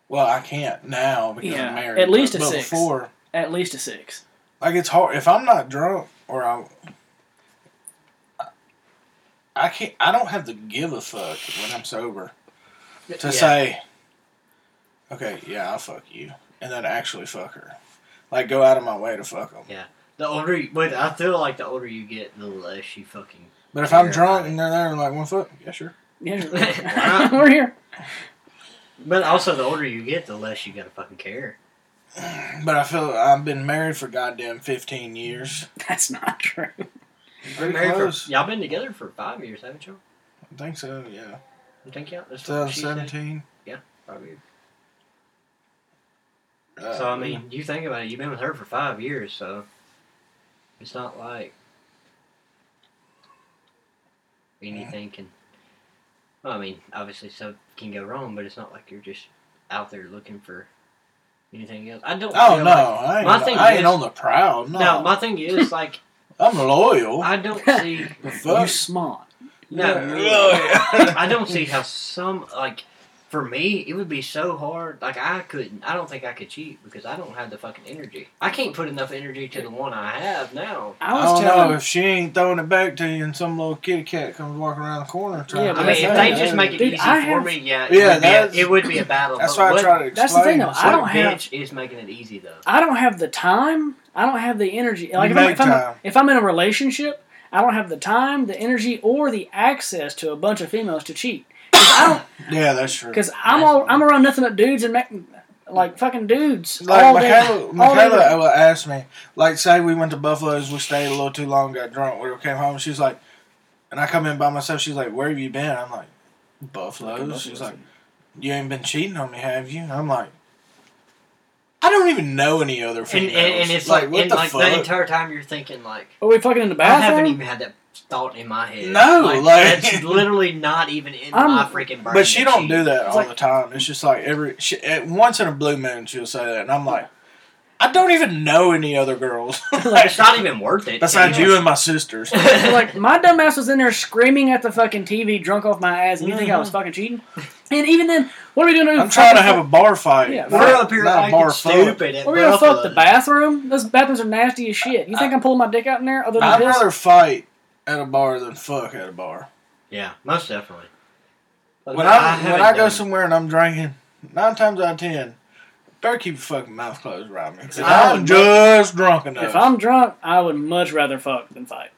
Speaker 2: Well, I can't now because
Speaker 1: Yeah,
Speaker 2: I'm married.
Speaker 1: at least
Speaker 2: but,
Speaker 1: at
Speaker 2: but
Speaker 1: six.
Speaker 2: before,
Speaker 1: At least a six.
Speaker 2: like it's hard if I'm not drunk or I. I can't. I don't have to give a fuck when I'm sober to
Speaker 3: Yeah.
Speaker 2: say. Okay, yeah, I'll fuck you, and then actually fuck her, like go out of my way to fuck them.
Speaker 3: The older, you, but I feel like the older you get, the less you fucking.
Speaker 2: But if I'm
Speaker 3: Yeah.
Speaker 2: drunk and they're there, like one fuck, yeah, sure.
Speaker 1: Yeah. we're here.
Speaker 3: But also, the older you get, the less you gotta fucking care.
Speaker 2: But I feel I've been married for goddamn fifteen years.
Speaker 1: That's not true.
Speaker 2: Pretty
Speaker 3: Married for-
Speaker 2: close.
Speaker 3: y'all been together for five years, haven't y'all?
Speaker 2: I think so. Yeah.
Speaker 3: I think y'all. That's what she said.
Speaker 2: 2017.
Speaker 3: Probably.
Speaker 2: Uh,
Speaker 3: so I mean, you think about it. You've been with her for five years, so it's not like anything can. Well, I mean, obviously, stuff can go wrong, but it's not like you're just out there looking for anything else. I don't.
Speaker 2: Oh
Speaker 3: feel
Speaker 2: no,
Speaker 3: like-
Speaker 2: I ain't,
Speaker 3: my thing
Speaker 2: I ain't
Speaker 3: is-
Speaker 2: on the prowl. No,
Speaker 3: No, my thing is like
Speaker 2: I'm loyal.
Speaker 3: I don't see.
Speaker 2: The fuck?
Speaker 1: You smart.
Speaker 3: No,
Speaker 2: Yeah.
Speaker 3: I don't see how some like for me it would be so hard. Like I couldn't. I don't think I could cheat because I don't have the fucking energy. I can't put enough energy to the one I have now.
Speaker 1: I
Speaker 2: I
Speaker 1: was
Speaker 2: don't know
Speaker 1: telling.
Speaker 2: if she ain't throwing it back to you, and some little kitty cat comes walking around the corner. Trying
Speaker 1: Yeah,
Speaker 2: to
Speaker 1: but
Speaker 3: I
Speaker 2: do
Speaker 3: mean, if
Speaker 1: that's-
Speaker 3: they
Speaker 2: that.
Speaker 3: just make it
Speaker 1: Dude,
Speaker 3: easy
Speaker 1: I
Speaker 3: for
Speaker 1: have-
Speaker 3: me, yeah,
Speaker 2: Yeah,
Speaker 3: it, would be a,
Speaker 2: that's-
Speaker 3: it would be a battle.
Speaker 2: That's
Speaker 3: but
Speaker 2: why I
Speaker 3: what-
Speaker 2: try to explain.
Speaker 1: That's the thing, though.
Speaker 2: It's
Speaker 1: I
Speaker 2: like,
Speaker 1: don't
Speaker 3: what
Speaker 1: have-
Speaker 3: bitch is making it easy though.
Speaker 1: I don't have the time. I don't have the energy. Like if I'm,
Speaker 2: Make
Speaker 1: if, I'm,
Speaker 2: time.
Speaker 1: if I'm in a relationship, I don't have the time, the energy, or the access to a bunch of females to cheat. Because I don't.
Speaker 2: Yeah, that's true.
Speaker 1: Because I'm
Speaker 3: That's-
Speaker 1: all, I'm around nothing but dudes and ma- like fucking dudes all
Speaker 2: Like
Speaker 1: day.
Speaker 2: Michaela,
Speaker 1: all day long.
Speaker 2: Michaela asked me, like, say we went to Buffalo's, we stayed a little too long, got drunk, we came home, she's like, and I come in by myself, she's like, where have you been? I'm like, Buffalo's. She's like, you ain't been cheating on me, have you? I'm like, I don't even know any other
Speaker 3: And,
Speaker 2: females.
Speaker 3: and, and it's like,
Speaker 2: what
Speaker 3: and
Speaker 2: the
Speaker 3: like
Speaker 2: fuck?
Speaker 3: the entire time you're thinking like.
Speaker 1: Are we fucking in the
Speaker 3: I haven't
Speaker 1: bathroom?
Speaker 3: even had that thought in my head.
Speaker 2: No, like-
Speaker 3: that's literally not even in
Speaker 1: I'm-
Speaker 3: my freaking brain.
Speaker 2: but she
Speaker 3: to
Speaker 2: don't
Speaker 3: cheat.
Speaker 2: do that
Speaker 1: It's
Speaker 2: all
Speaker 1: like-
Speaker 2: the time. It's just like every she, at once in a blue moon she'll say that, and I'm like, I don't even know any other girls
Speaker 3: Like, it's not even worth it.
Speaker 2: besides
Speaker 3: to be
Speaker 2: you and my sisters.
Speaker 3: honest.
Speaker 1: like my dumbass was in there screaming at the fucking TV, drunk off my ass, and you think I was
Speaker 2: Mhm.
Speaker 1: fucking cheating? And even then, what are we gonna do?
Speaker 2: I'm trying to have a bar fight.
Speaker 1: Yeah,
Speaker 3: We're up here
Speaker 2: Not a
Speaker 3: acting
Speaker 2: bar fight.
Speaker 3: stupid. At
Speaker 1: We're gonna
Speaker 3: Buffalo.
Speaker 1: fuck
Speaker 2: uh,
Speaker 1: the bathroom. Those bathrooms are nasty as shit. You think I, am pulling my dick out in there? Other than
Speaker 2: I'd
Speaker 1: this,
Speaker 2: rather fight at a bar than fuck at a bar.
Speaker 3: Yeah, most definitely.
Speaker 2: When I,
Speaker 3: haven't
Speaker 2: when I go
Speaker 3: done-
Speaker 2: somewhere and I'm drinking, nine times out of ten, better keep your fucking mouth closed around me. 'cause
Speaker 3: I
Speaker 2: I'm
Speaker 3: would-
Speaker 2: just drunk enough.
Speaker 1: if I'm drunk, I would much rather fuck than fight.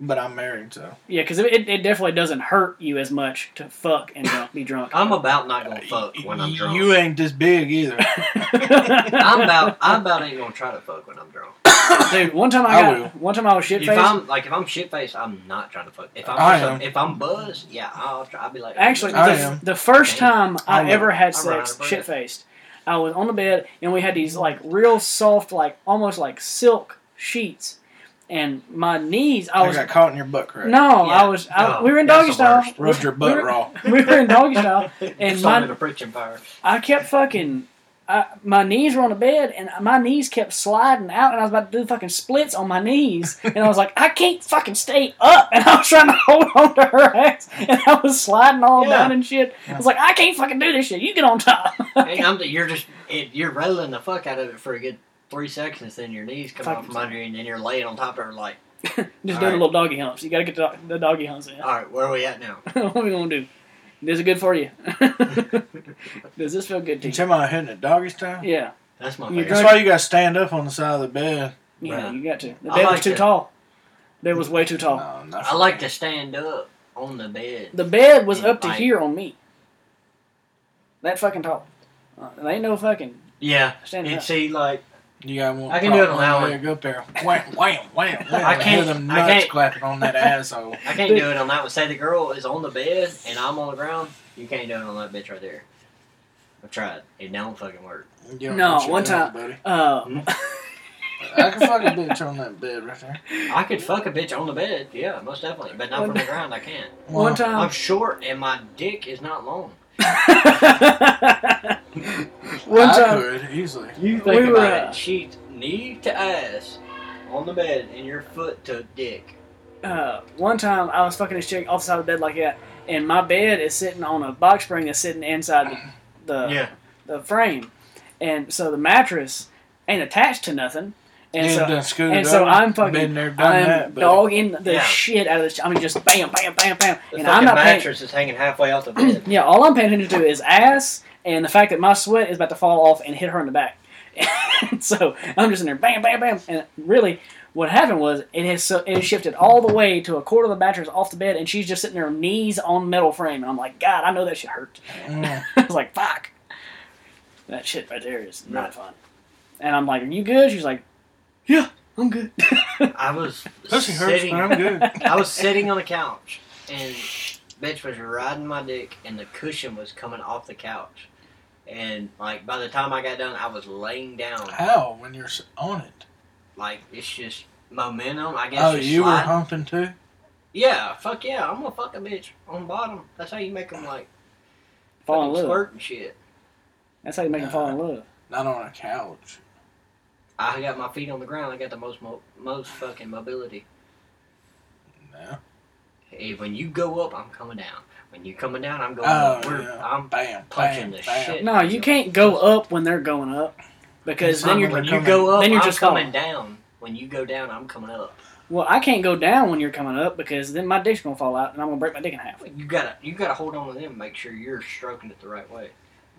Speaker 2: but I'm married, so
Speaker 1: Yeah, because it, it, it definitely doesn't hurt you as much to fuck and drunk, be drunk.
Speaker 3: I'm about not gonna fuck when I'm
Speaker 2: Y-
Speaker 3: drunk.
Speaker 2: You ain't this big either.
Speaker 3: I'm about I'm about ain't gonna try to fuck when I'm drunk.
Speaker 1: dude. One time I,
Speaker 2: I
Speaker 1: got
Speaker 2: will.
Speaker 1: one time I was shit
Speaker 3: If
Speaker 1: faced.
Speaker 3: I'm like if I'm shit faced, I'm not trying to fuck. If
Speaker 2: I
Speaker 3: I'm
Speaker 2: am.
Speaker 3: just, if I'm buzzed, yeah, I'll try. I'll be like
Speaker 1: Actually,
Speaker 2: I
Speaker 1: the,
Speaker 2: am.
Speaker 1: the first
Speaker 3: Okay.
Speaker 1: time I,
Speaker 2: I will.
Speaker 1: ever had
Speaker 3: I'll run out
Speaker 1: sex
Speaker 3: of breath.
Speaker 1: shit faced, I was on the bed and we had these like real soft, like almost like silk sheets, and my knees. I
Speaker 2: I
Speaker 1: was
Speaker 2: got Oh, caught in your butt crack.
Speaker 1: no,
Speaker 3: Yeah.
Speaker 1: I was. I,
Speaker 3: No,
Speaker 1: we were in
Speaker 3: that's
Speaker 1: doggy
Speaker 3: the
Speaker 1: style.
Speaker 3: worst.
Speaker 2: Rubbed your
Speaker 1: we
Speaker 2: butt
Speaker 1: were-
Speaker 2: raw.
Speaker 1: we were in doggy style.
Speaker 3: and
Speaker 1: and
Speaker 3: my,
Speaker 1: my-
Speaker 3: in a preaching fire.
Speaker 1: I kept fucking. I, my knees were on the bed, and my knees kept sliding out, and I was about to do fucking splits on my knees, and I was like, I can't fucking stay up, and I was trying to hold on to her ass, and I was sliding all
Speaker 3: Yeah.
Speaker 1: down and shit. I was like, I can't fucking do this shit. You get on top.
Speaker 3: Hey, I'm, you're just it, you're rattling the fuck out of it for a good three seconds, then your knees come
Speaker 1: Fuck.
Speaker 3: off from under you, and then you're laying on top of her like,
Speaker 1: Just
Speaker 3: All
Speaker 1: doing
Speaker 3: right.
Speaker 1: a little doggy humps. You gotta get the, the doggy humps in.
Speaker 3: all right, where are we at now?
Speaker 1: what are we gonna do? Is it good for you? Does this feel good to
Speaker 2: You
Speaker 1: you?
Speaker 2: talking about hitting it doggy style?
Speaker 1: Yeah,
Speaker 3: That's my
Speaker 1: You
Speaker 3: favorite.
Speaker 2: That's why you gotta stand up on the side of the bed.
Speaker 1: yeah,
Speaker 3: Right.
Speaker 1: you got to. The
Speaker 3: I
Speaker 1: bed was
Speaker 3: like
Speaker 1: too
Speaker 3: it.
Speaker 1: tall. The bed was way too tall.
Speaker 2: No, not
Speaker 3: I
Speaker 2: for
Speaker 3: like
Speaker 2: me.
Speaker 3: to stand up on the bed.
Speaker 1: The bed was
Speaker 3: Yeah,
Speaker 1: up to
Speaker 3: like-
Speaker 1: here on me. That fucking tall. Uh, there ain't no fucking
Speaker 3: Yeah,
Speaker 1: standing
Speaker 3: and
Speaker 1: up.
Speaker 3: see, like
Speaker 2: You got one.
Speaker 3: I can do it
Speaker 2: prop
Speaker 3: an
Speaker 2: one
Speaker 3: hour.
Speaker 2: leg up there. Wham, wham, wham, wham.
Speaker 3: I
Speaker 2: Hear
Speaker 3: can't-
Speaker 2: them
Speaker 3: I
Speaker 2: nuts
Speaker 3: can't-
Speaker 2: clapping on that asshole.
Speaker 3: I can't do it on that one. Say the girl is on the bed and I'm on the ground. You can't do it on that bitch right there. I've tried. It don't fucking work.
Speaker 2: You don't
Speaker 1: No,
Speaker 2: know what you're
Speaker 1: one
Speaker 2: doing,
Speaker 1: time-
Speaker 2: buddy.
Speaker 3: Hmm?
Speaker 1: Uh,
Speaker 2: I can fuck a bitch on that bed right there.
Speaker 3: I could fuck a bitch on the bed, yeah, most definitely, but not from the ground. I can't.
Speaker 1: one
Speaker 3: I'm
Speaker 1: time.
Speaker 3: short and my dick is not long.
Speaker 1: one
Speaker 2: I
Speaker 1: time.
Speaker 2: could easily.
Speaker 3: You
Speaker 1: think
Speaker 3: we
Speaker 1: about
Speaker 3: were,
Speaker 1: it.
Speaker 3: She's knee to ass on the bed and your foot to dick.
Speaker 1: uh, one time I was fucking this chick off the side of the bed like that, and my bed is sitting on a box spring that's sitting inside the the, the frame, and so the mattress ain't attached to nothing, and
Speaker 2: You
Speaker 1: so
Speaker 2: done scooted
Speaker 1: and so
Speaker 2: over,
Speaker 1: I'm fucking-
Speaker 2: been there, done
Speaker 1: I'm
Speaker 2: that, buddy.
Speaker 1: dogging the
Speaker 3: Yeah.
Speaker 1: shit out of this. I mean, just bam, bam, bam, bam,
Speaker 3: The
Speaker 1: and
Speaker 3: fucking
Speaker 1: I'm not paying.
Speaker 3: mattress is hanging halfway off the bed.
Speaker 1: Yeah, all I'm paying attention to is ass and the fact that my sweat is about to fall off and hit her in the back. so I'm just in there, bam, bam, bam, and really, what happened was it has so, it has shifted all the way to a quarter of the mattress off the bed, and she's just sitting there, knees on metal frame, and I'm like, God, I know that shit hurt.
Speaker 2: Mm.
Speaker 1: I was like, fuck, that shit right there is not fun. And I'm like, Are you good? She's like, Yeah, I'm good.
Speaker 3: I was
Speaker 2: Pussy hurts,
Speaker 3: sitting.
Speaker 2: but I'm good.
Speaker 3: I was sitting on the couch and bitch was riding my dick and the cushion was coming off the couch. And like by the time I got done, I was laying down.
Speaker 2: How when you're s- on it?
Speaker 3: Like it's just momentum. I guess.
Speaker 2: Oh,
Speaker 3: just
Speaker 2: you were
Speaker 3: sliding.
Speaker 2: humping too.
Speaker 3: Yeah, fuck yeah. I'm gonna fuck a bitch on bottom. That's how you make them like
Speaker 1: fall in
Speaker 3: fucking
Speaker 1: love.
Speaker 3: squirt and shit.
Speaker 1: That's how you make them fall in love.
Speaker 2: Not on a couch.
Speaker 3: I got my feet on the ground. I got the most mo- most fucking mobility.
Speaker 2: No.
Speaker 3: Hey, when you go up, I'm coming down. When you coming down, I'm going
Speaker 2: Oh,
Speaker 3: up. We're,
Speaker 2: yeah.
Speaker 3: I'm
Speaker 2: bam, bam,
Speaker 3: punching the
Speaker 2: bam.
Speaker 3: shit.
Speaker 1: No, you can't go up when they're going up because then you're
Speaker 3: when you
Speaker 2: coming-
Speaker 3: go up,
Speaker 1: then you're
Speaker 3: I'm
Speaker 1: just
Speaker 3: coming
Speaker 1: falling.
Speaker 3: down. When you go down, I'm coming up.
Speaker 1: Well, I can't go down when you're coming up because then my dick's gonna fall out and I'm gonna break my dick in half.
Speaker 3: You gotta you gotta hold on to them. Make sure you're stroking it the right way.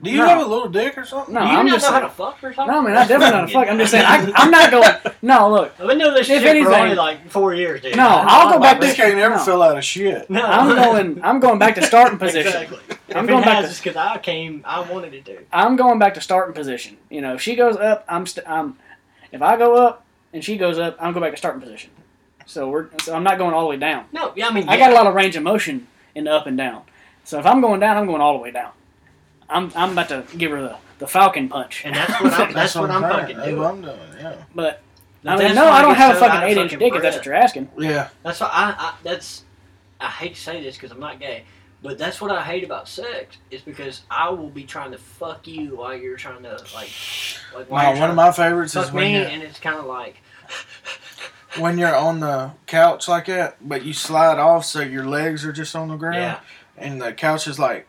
Speaker 2: Do you
Speaker 1: No.
Speaker 2: have a little dick or something?
Speaker 1: No,
Speaker 3: you
Speaker 1: I'm
Speaker 3: not
Speaker 1: just
Speaker 3: know
Speaker 1: saying-
Speaker 3: how to fuck or something.
Speaker 1: No, man, I definitely not a fuck. I'm just saying I, I'm not going. No, look,
Speaker 3: I've been doing this
Speaker 1: If
Speaker 3: shit for
Speaker 1: anything-
Speaker 3: only like four years, dude.
Speaker 1: No,
Speaker 3: I know
Speaker 1: I'll
Speaker 3: I'm
Speaker 1: go
Speaker 3: like
Speaker 1: back
Speaker 2: This
Speaker 1: to-
Speaker 2: can't ever
Speaker 1: No.
Speaker 2: fill out of shit.
Speaker 3: No,
Speaker 1: I'm going. I'm going back to starting position.
Speaker 3: Exactly.
Speaker 1: I'm
Speaker 3: if
Speaker 1: going
Speaker 3: it
Speaker 1: back
Speaker 3: has,
Speaker 1: to-
Speaker 3: it's because I came. I wanted it to.
Speaker 1: I'm going back to starting position. You know, if she goes up, I'm. St- I'm. If I go up and she goes up, I'm going back to starting position. So we're. So I'm not going all the way down.
Speaker 3: No, yeah, I mean,
Speaker 1: I got a lot of range of motion in the up and down. So if I'm going down, I'm going all the way down. I'm. I'm about to give her the, the falcon punch.
Speaker 3: And that's what I'm. that's what I'm
Speaker 2: saying.
Speaker 3: fucking
Speaker 2: That's
Speaker 3: doing.
Speaker 2: what I'm doing. Yeah.
Speaker 1: But I
Speaker 3: That's
Speaker 1: mean, no,
Speaker 3: when
Speaker 1: I don't
Speaker 3: get
Speaker 1: have a
Speaker 3: so out
Speaker 1: fucking
Speaker 3: of
Speaker 1: eight inch dick if that's
Speaker 3: breath.
Speaker 1: what you're asking.
Speaker 2: Yeah.
Speaker 3: That's what I, I. That's. I hate to say this because I'm not gay, but that's what I hate about sex is because I will be trying to fuck you while you're trying to like. like
Speaker 2: My,
Speaker 3: while you're
Speaker 2: one of
Speaker 3: trying
Speaker 2: my favorites
Speaker 3: to
Speaker 2: is
Speaker 3: fuck
Speaker 2: when
Speaker 3: me,
Speaker 2: you're,
Speaker 3: and it's kind of like.
Speaker 2: when you're on the couch like that, but you slide off so your legs are just on the ground,
Speaker 3: Yeah,
Speaker 2: and the couch is like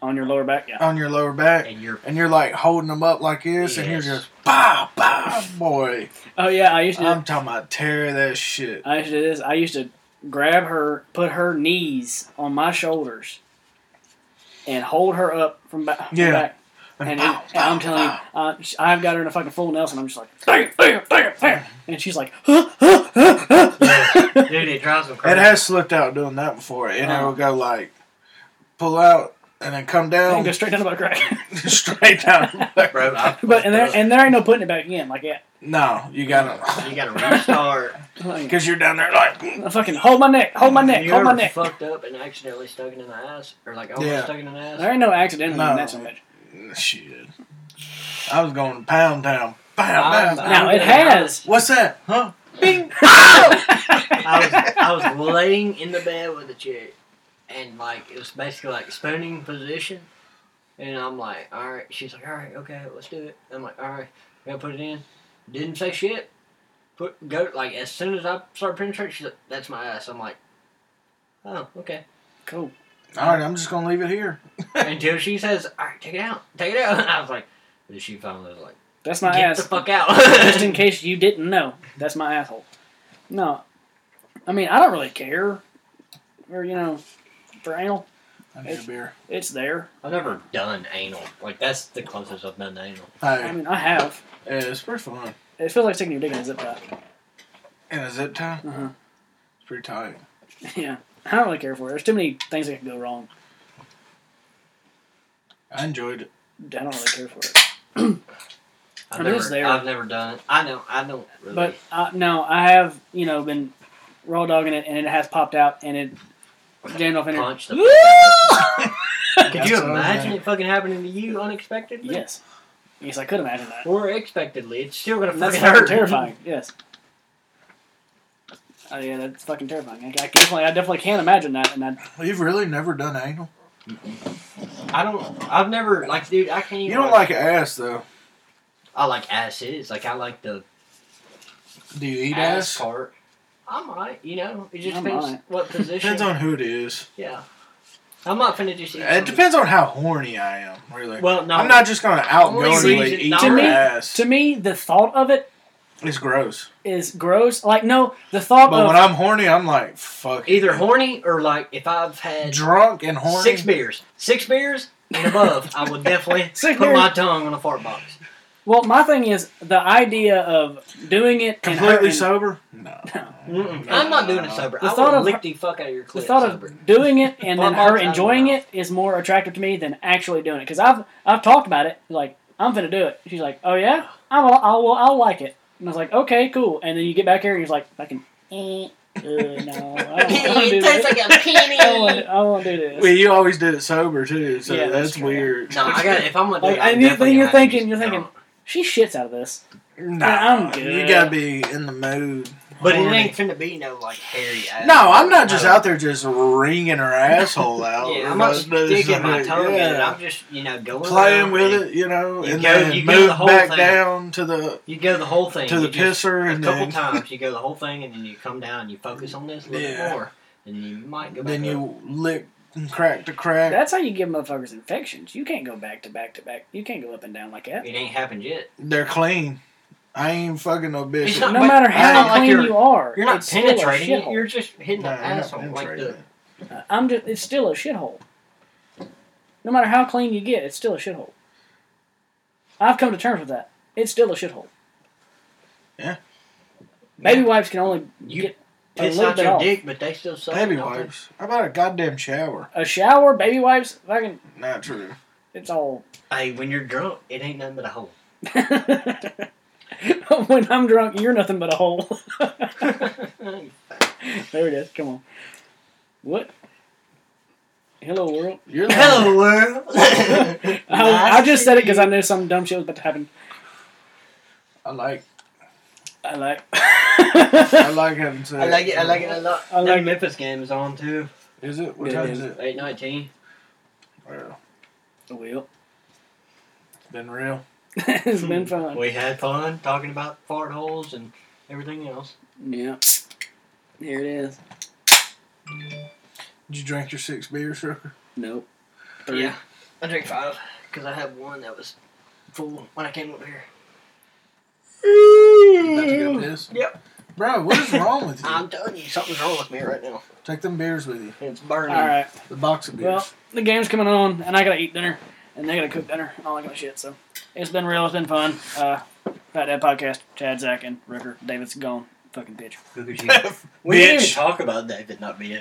Speaker 1: On your lower back, yeah.
Speaker 2: on your lower back,
Speaker 3: and you're.
Speaker 2: and you're like holding them up like this, and you're
Speaker 3: Yes.
Speaker 2: just bah bah boy.
Speaker 1: Oh yeah, I used to.
Speaker 3: Um,
Speaker 2: I'm talking about tear that shit.
Speaker 1: I used to do this. I used to grab her, put her knees on my shoulders, and hold her up from, ba- from
Speaker 2: Yeah.
Speaker 1: back. And, it- and I'm telling you, uh, sh- I've got her in a fucking full Nelson. I'm just like, bam, bam, bam, bam.
Speaker 3: Mm-hmm.
Speaker 1: and she's like, huh, huh, huh, huh.
Speaker 3: Dude, it drives me
Speaker 2: it
Speaker 3: crazy.
Speaker 2: has slipped out doing that before, and
Speaker 1: Oh.
Speaker 2: it'll go like pull out and then come
Speaker 1: and
Speaker 2: down
Speaker 1: go straight down the butt crack.
Speaker 2: straight down.
Speaker 3: bro. I-
Speaker 1: but and there and there ain't no putting it back in like that.
Speaker 2: no, you gotta
Speaker 3: you gotta restart.
Speaker 1: Like,
Speaker 2: because you're down there like
Speaker 1: I fucking hold my neck, hold my neck,
Speaker 3: you
Speaker 1: hold my
Speaker 3: ever
Speaker 1: neck.
Speaker 3: Fucked up and accidentally stuck it in the ass, or like almost
Speaker 2: Yeah.
Speaker 3: stuck it in the ass.
Speaker 1: There ain't no accident
Speaker 2: No.
Speaker 1: in that so much.
Speaker 2: shit. I was going to pound town,
Speaker 3: I-
Speaker 2: pound
Speaker 3: I
Speaker 2: town.
Speaker 1: Now,
Speaker 3: was-
Speaker 1: it has.
Speaker 2: What's that? Huh? Bing.
Speaker 3: I was I was laying in the bed with a chick, and like it was basically like spooning position, and I'm like, all right. She's like, all right, okay, let's do it. I'm like, all right, I gotta put it in. Didn't say shit. Put go like as soon as I started penetrating, she's like, that's my ass. I'm like, oh okay.
Speaker 1: Cool.
Speaker 2: All right, I'm just gonna leave it here.
Speaker 3: Until she says, all right, take it out, take it out. And I was like, then she finally was like,
Speaker 1: That's my
Speaker 3: get
Speaker 1: ass.
Speaker 3: the fuck out.
Speaker 1: just in case you didn't know, that's my asshole. No, I mean I don't really care, or you know, for anal,
Speaker 2: I need a beer.
Speaker 1: it's there.
Speaker 3: I've never done anal. Like that's the closest I've done to anal.
Speaker 1: I
Speaker 2: Hey,
Speaker 1: mean I have.
Speaker 2: yeah, it's pretty fun.
Speaker 1: It feels like sticking your dick in a zip tie.
Speaker 2: And a zip tie,
Speaker 1: Uh-huh.
Speaker 2: it's pretty tight.
Speaker 1: Yeah, I don't really care for it. There's too many things that can go wrong.
Speaker 2: I enjoyed it.
Speaker 1: I don't really care for it.
Speaker 3: I've
Speaker 1: I'm
Speaker 3: never,
Speaker 1: just there.
Speaker 3: I've never done it. I know. I don't really.
Speaker 1: But uh, no, I have you know been raw dogging it, and it has popped out, and it jammed off in there.
Speaker 3: Punch the-
Speaker 1: Woo!
Speaker 3: could you
Speaker 2: That's what I was
Speaker 3: imagine
Speaker 2: like.
Speaker 3: it fucking happening to you unexpectedly?
Speaker 1: yes, yes, I could imagine that.
Speaker 3: Or expectedly, it's still gonna
Speaker 1: That's
Speaker 3: fucking
Speaker 1: fucking
Speaker 3: hurt.
Speaker 1: terrifying. Yes. Oh yeah, that's fucking terrifying. I, I definitely, I definitely can't imagine that, and I
Speaker 2: You've really never done anal.
Speaker 3: I don't. I've never like, dude. I can't even.
Speaker 2: You don't like ass though.
Speaker 3: I like asses. Like I like the
Speaker 2: Do you eat
Speaker 3: ass
Speaker 2: ass?
Speaker 3: part. I might. You know, it just
Speaker 1: I
Speaker 3: depends
Speaker 1: might.
Speaker 3: what position.
Speaker 2: Depends on who it is.
Speaker 3: Yeah. I'm not finna just eat.
Speaker 2: It
Speaker 3: some-
Speaker 2: depends on how horny I am. Really,
Speaker 3: Well, no.
Speaker 2: I'm not just gonna outgoingly
Speaker 3: reason-
Speaker 2: eat
Speaker 3: no,
Speaker 2: your
Speaker 1: to me-
Speaker 2: ass.
Speaker 1: To me, the thought of it
Speaker 2: it's gross.
Speaker 1: is gross. Like, no, the thought
Speaker 2: But
Speaker 1: of
Speaker 2: when I'm horny, I'm like fuck. it.
Speaker 3: either horny or like if I've had
Speaker 2: drunk and horny.
Speaker 3: six beers, six beers and above, I would definitely
Speaker 1: Six
Speaker 3: put
Speaker 1: beers.
Speaker 3: my tongue on a fart box.
Speaker 1: well, my thing is the idea of doing it and
Speaker 2: completely
Speaker 1: hurting-
Speaker 2: sober. No,
Speaker 3: Mm-mm.
Speaker 2: No,
Speaker 3: I'm not
Speaker 2: no,
Speaker 3: doing it
Speaker 2: no.
Speaker 3: sober.
Speaker 1: The
Speaker 3: I
Speaker 1: thought
Speaker 3: would
Speaker 1: of-
Speaker 3: lick the fuck out of your
Speaker 1: The
Speaker 3: clit
Speaker 1: thought
Speaker 3: sober.
Speaker 1: of doing it and then
Speaker 3: Fart box,
Speaker 1: her
Speaker 3: I don't
Speaker 1: enjoying
Speaker 3: know.
Speaker 1: it is more attractive to me than actually doing it. Because I've I've talked about it. Like I'm finna do it. She's like, oh yeah, I'm all, I'll well, I'll like it. And I was like, okay, cool. And then you get back here and you're like, fucking, eh, uh, no, I don't want to do Oh, this.
Speaker 4: like a
Speaker 1: I don't wanna- I don't want to do this.
Speaker 2: well, you always did it sober too, so
Speaker 1: Yeah, that's
Speaker 2: that's
Speaker 1: true.
Speaker 2: weird.
Speaker 3: no, I got. If I'm gonna do
Speaker 1: Like,
Speaker 3: it, I
Speaker 1: and you-
Speaker 3: definitely
Speaker 1: then you're
Speaker 3: have to
Speaker 1: thinking-
Speaker 3: just-
Speaker 1: you're thinking-
Speaker 3: no.
Speaker 1: She shits out of this.
Speaker 2: Nah,
Speaker 1: I'm good.
Speaker 2: you gotta be in the mood.
Speaker 3: But it
Speaker 2: Horny.
Speaker 3: ain't finna be no like hairy ass.
Speaker 2: No, I'm not just out there just wringing her asshole out.
Speaker 3: Yeah, I'm not
Speaker 2: That's- that's
Speaker 3: sticking my
Speaker 2: like,
Speaker 3: tongue in it.
Speaker 2: yeah.
Speaker 3: I'm just you know going
Speaker 2: Playing
Speaker 3: around
Speaker 2: with
Speaker 3: and
Speaker 2: it, you know,
Speaker 3: You
Speaker 2: and
Speaker 3: go-
Speaker 2: then
Speaker 3: you go
Speaker 2: move
Speaker 3: the whole
Speaker 2: back
Speaker 3: thing.
Speaker 2: down to the
Speaker 3: You go the whole thing.
Speaker 2: to the
Speaker 3: you just-
Speaker 2: pisser,
Speaker 3: a
Speaker 2: and
Speaker 3: couple
Speaker 2: then
Speaker 3: times you go the whole thing and then you come down and you focus on this a little
Speaker 2: Yeah.
Speaker 3: bit more and you might go back
Speaker 2: then
Speaker 3: up.
Speaker 2: you lick and crack to crack.
Speaker 1: That's how you give motherfuckers infections. You can't go back to back to back. You can't go up and down like that.
Speaker 3: it ain't happened yet
Speaker 2: They're clean. I ain't fucking no bitch.
Speaker 3: It's
Speaker 1: No
Speaker 3: not- but
Speaker 1: matter
Speaker 3: it's
Speaker 1: how
Speaker 3: not like
Speaker 1: clean
Speaker 3: you're-
Speaker 1: you are,
Speaker 3: you're not
Speaker 1: it's still a
Speaker 3: penetrating it
Speaker 1: shithole. Uh,
Speaker 3: you're just hitting
Speaker 2: No,
Speaker 3: the
Speaker 2: you're not
Speaker 3: asshole like
Speaker 2: penetrating
Speaker 3: the
Speaker 2: it.
Speaker 1: I'm just, it's still a shithole. No matter how clean you get, it's still a shithole. I've come to terms with that. It's still a shithole.
Speaker 2: Yeah.
Speaker 1: Baby wipes can only
Speaker 3: You
Speaker 1: get a
Speaker 3: piss
Speaker 1: little
Speaker 3: out
Speaker 1: bit
Speaker 3: your
Speaker 1: off.
Speaker 3: dick but they still suck
Speaker 2: Baby
Speaker 3: don't they?
Speaker 2: wipes. How about a goddamn shower?
Speaker 1: A shower, baby wipes, fucking,
Speaker 2: Not true.
Speaker 1: it's all.
Speaker 3: hey when you're drunk it ain't nothing but a hole
Speaker 1: when I'm drunk, you're nothing but a hole. there it is. Come on. What? Hello world.
Speaker 2: You're the
Speaker 3: hello world I,
Speaker 1: I, I just said it because I knew some dumb shit was about to happen.
Speaker 2: I like.
Speaker 1: I like.
Speaker 2: I like having sex.
Speaker 3: I like it I like it a lot
Speaker 1: I
Speaker 3: I
Speaker 1: like it.
Speaker 3: like Memphis game is on too
Speaker 2: Is it? What
Speaker 1: Yeah,
Speaker 2: time
Speaker 1: it
Speaker 2: is
Speaker 1: is.
Speaker 2: it?
Speaker 3: 819
Speaker 2: Well,
Speaker 1: Well,
Speaker 2: it's been real.
Speaker 1: it's been fun.
Speaker 3: we had fun talking about fart holes and everything else
Speaker 1: Yeah. Here it is.
Speaker 2: Did you drink your six beers, Rucker?
Speaker 1: Nope.
Speaker 3: yeah I drank five because I had one that was full when I came over here
Speaker 2: You About to go piss?
Speaker 3: Yep.
Speaker 2: Bro, what is wrong with you?
Speaker 3: I'm telling you, something's wrong with me right now.
Speaker 2: Take them beers with you.
Speaker 3: It's burning.
Speaker 1: All right.
Speaker 2: The box of beers.
Speaker 1: Well, the game's coming on, and I gotta eat dinner, and they gotta cook dinner, and all that kind of shit. So it's been real. It's been fun. Uh, Fat Dad Podcast. Chad, Zach, and Ricker. David's gone. Fucking bitch.
Speaker 3: Look at you. We didn't even talk about David not being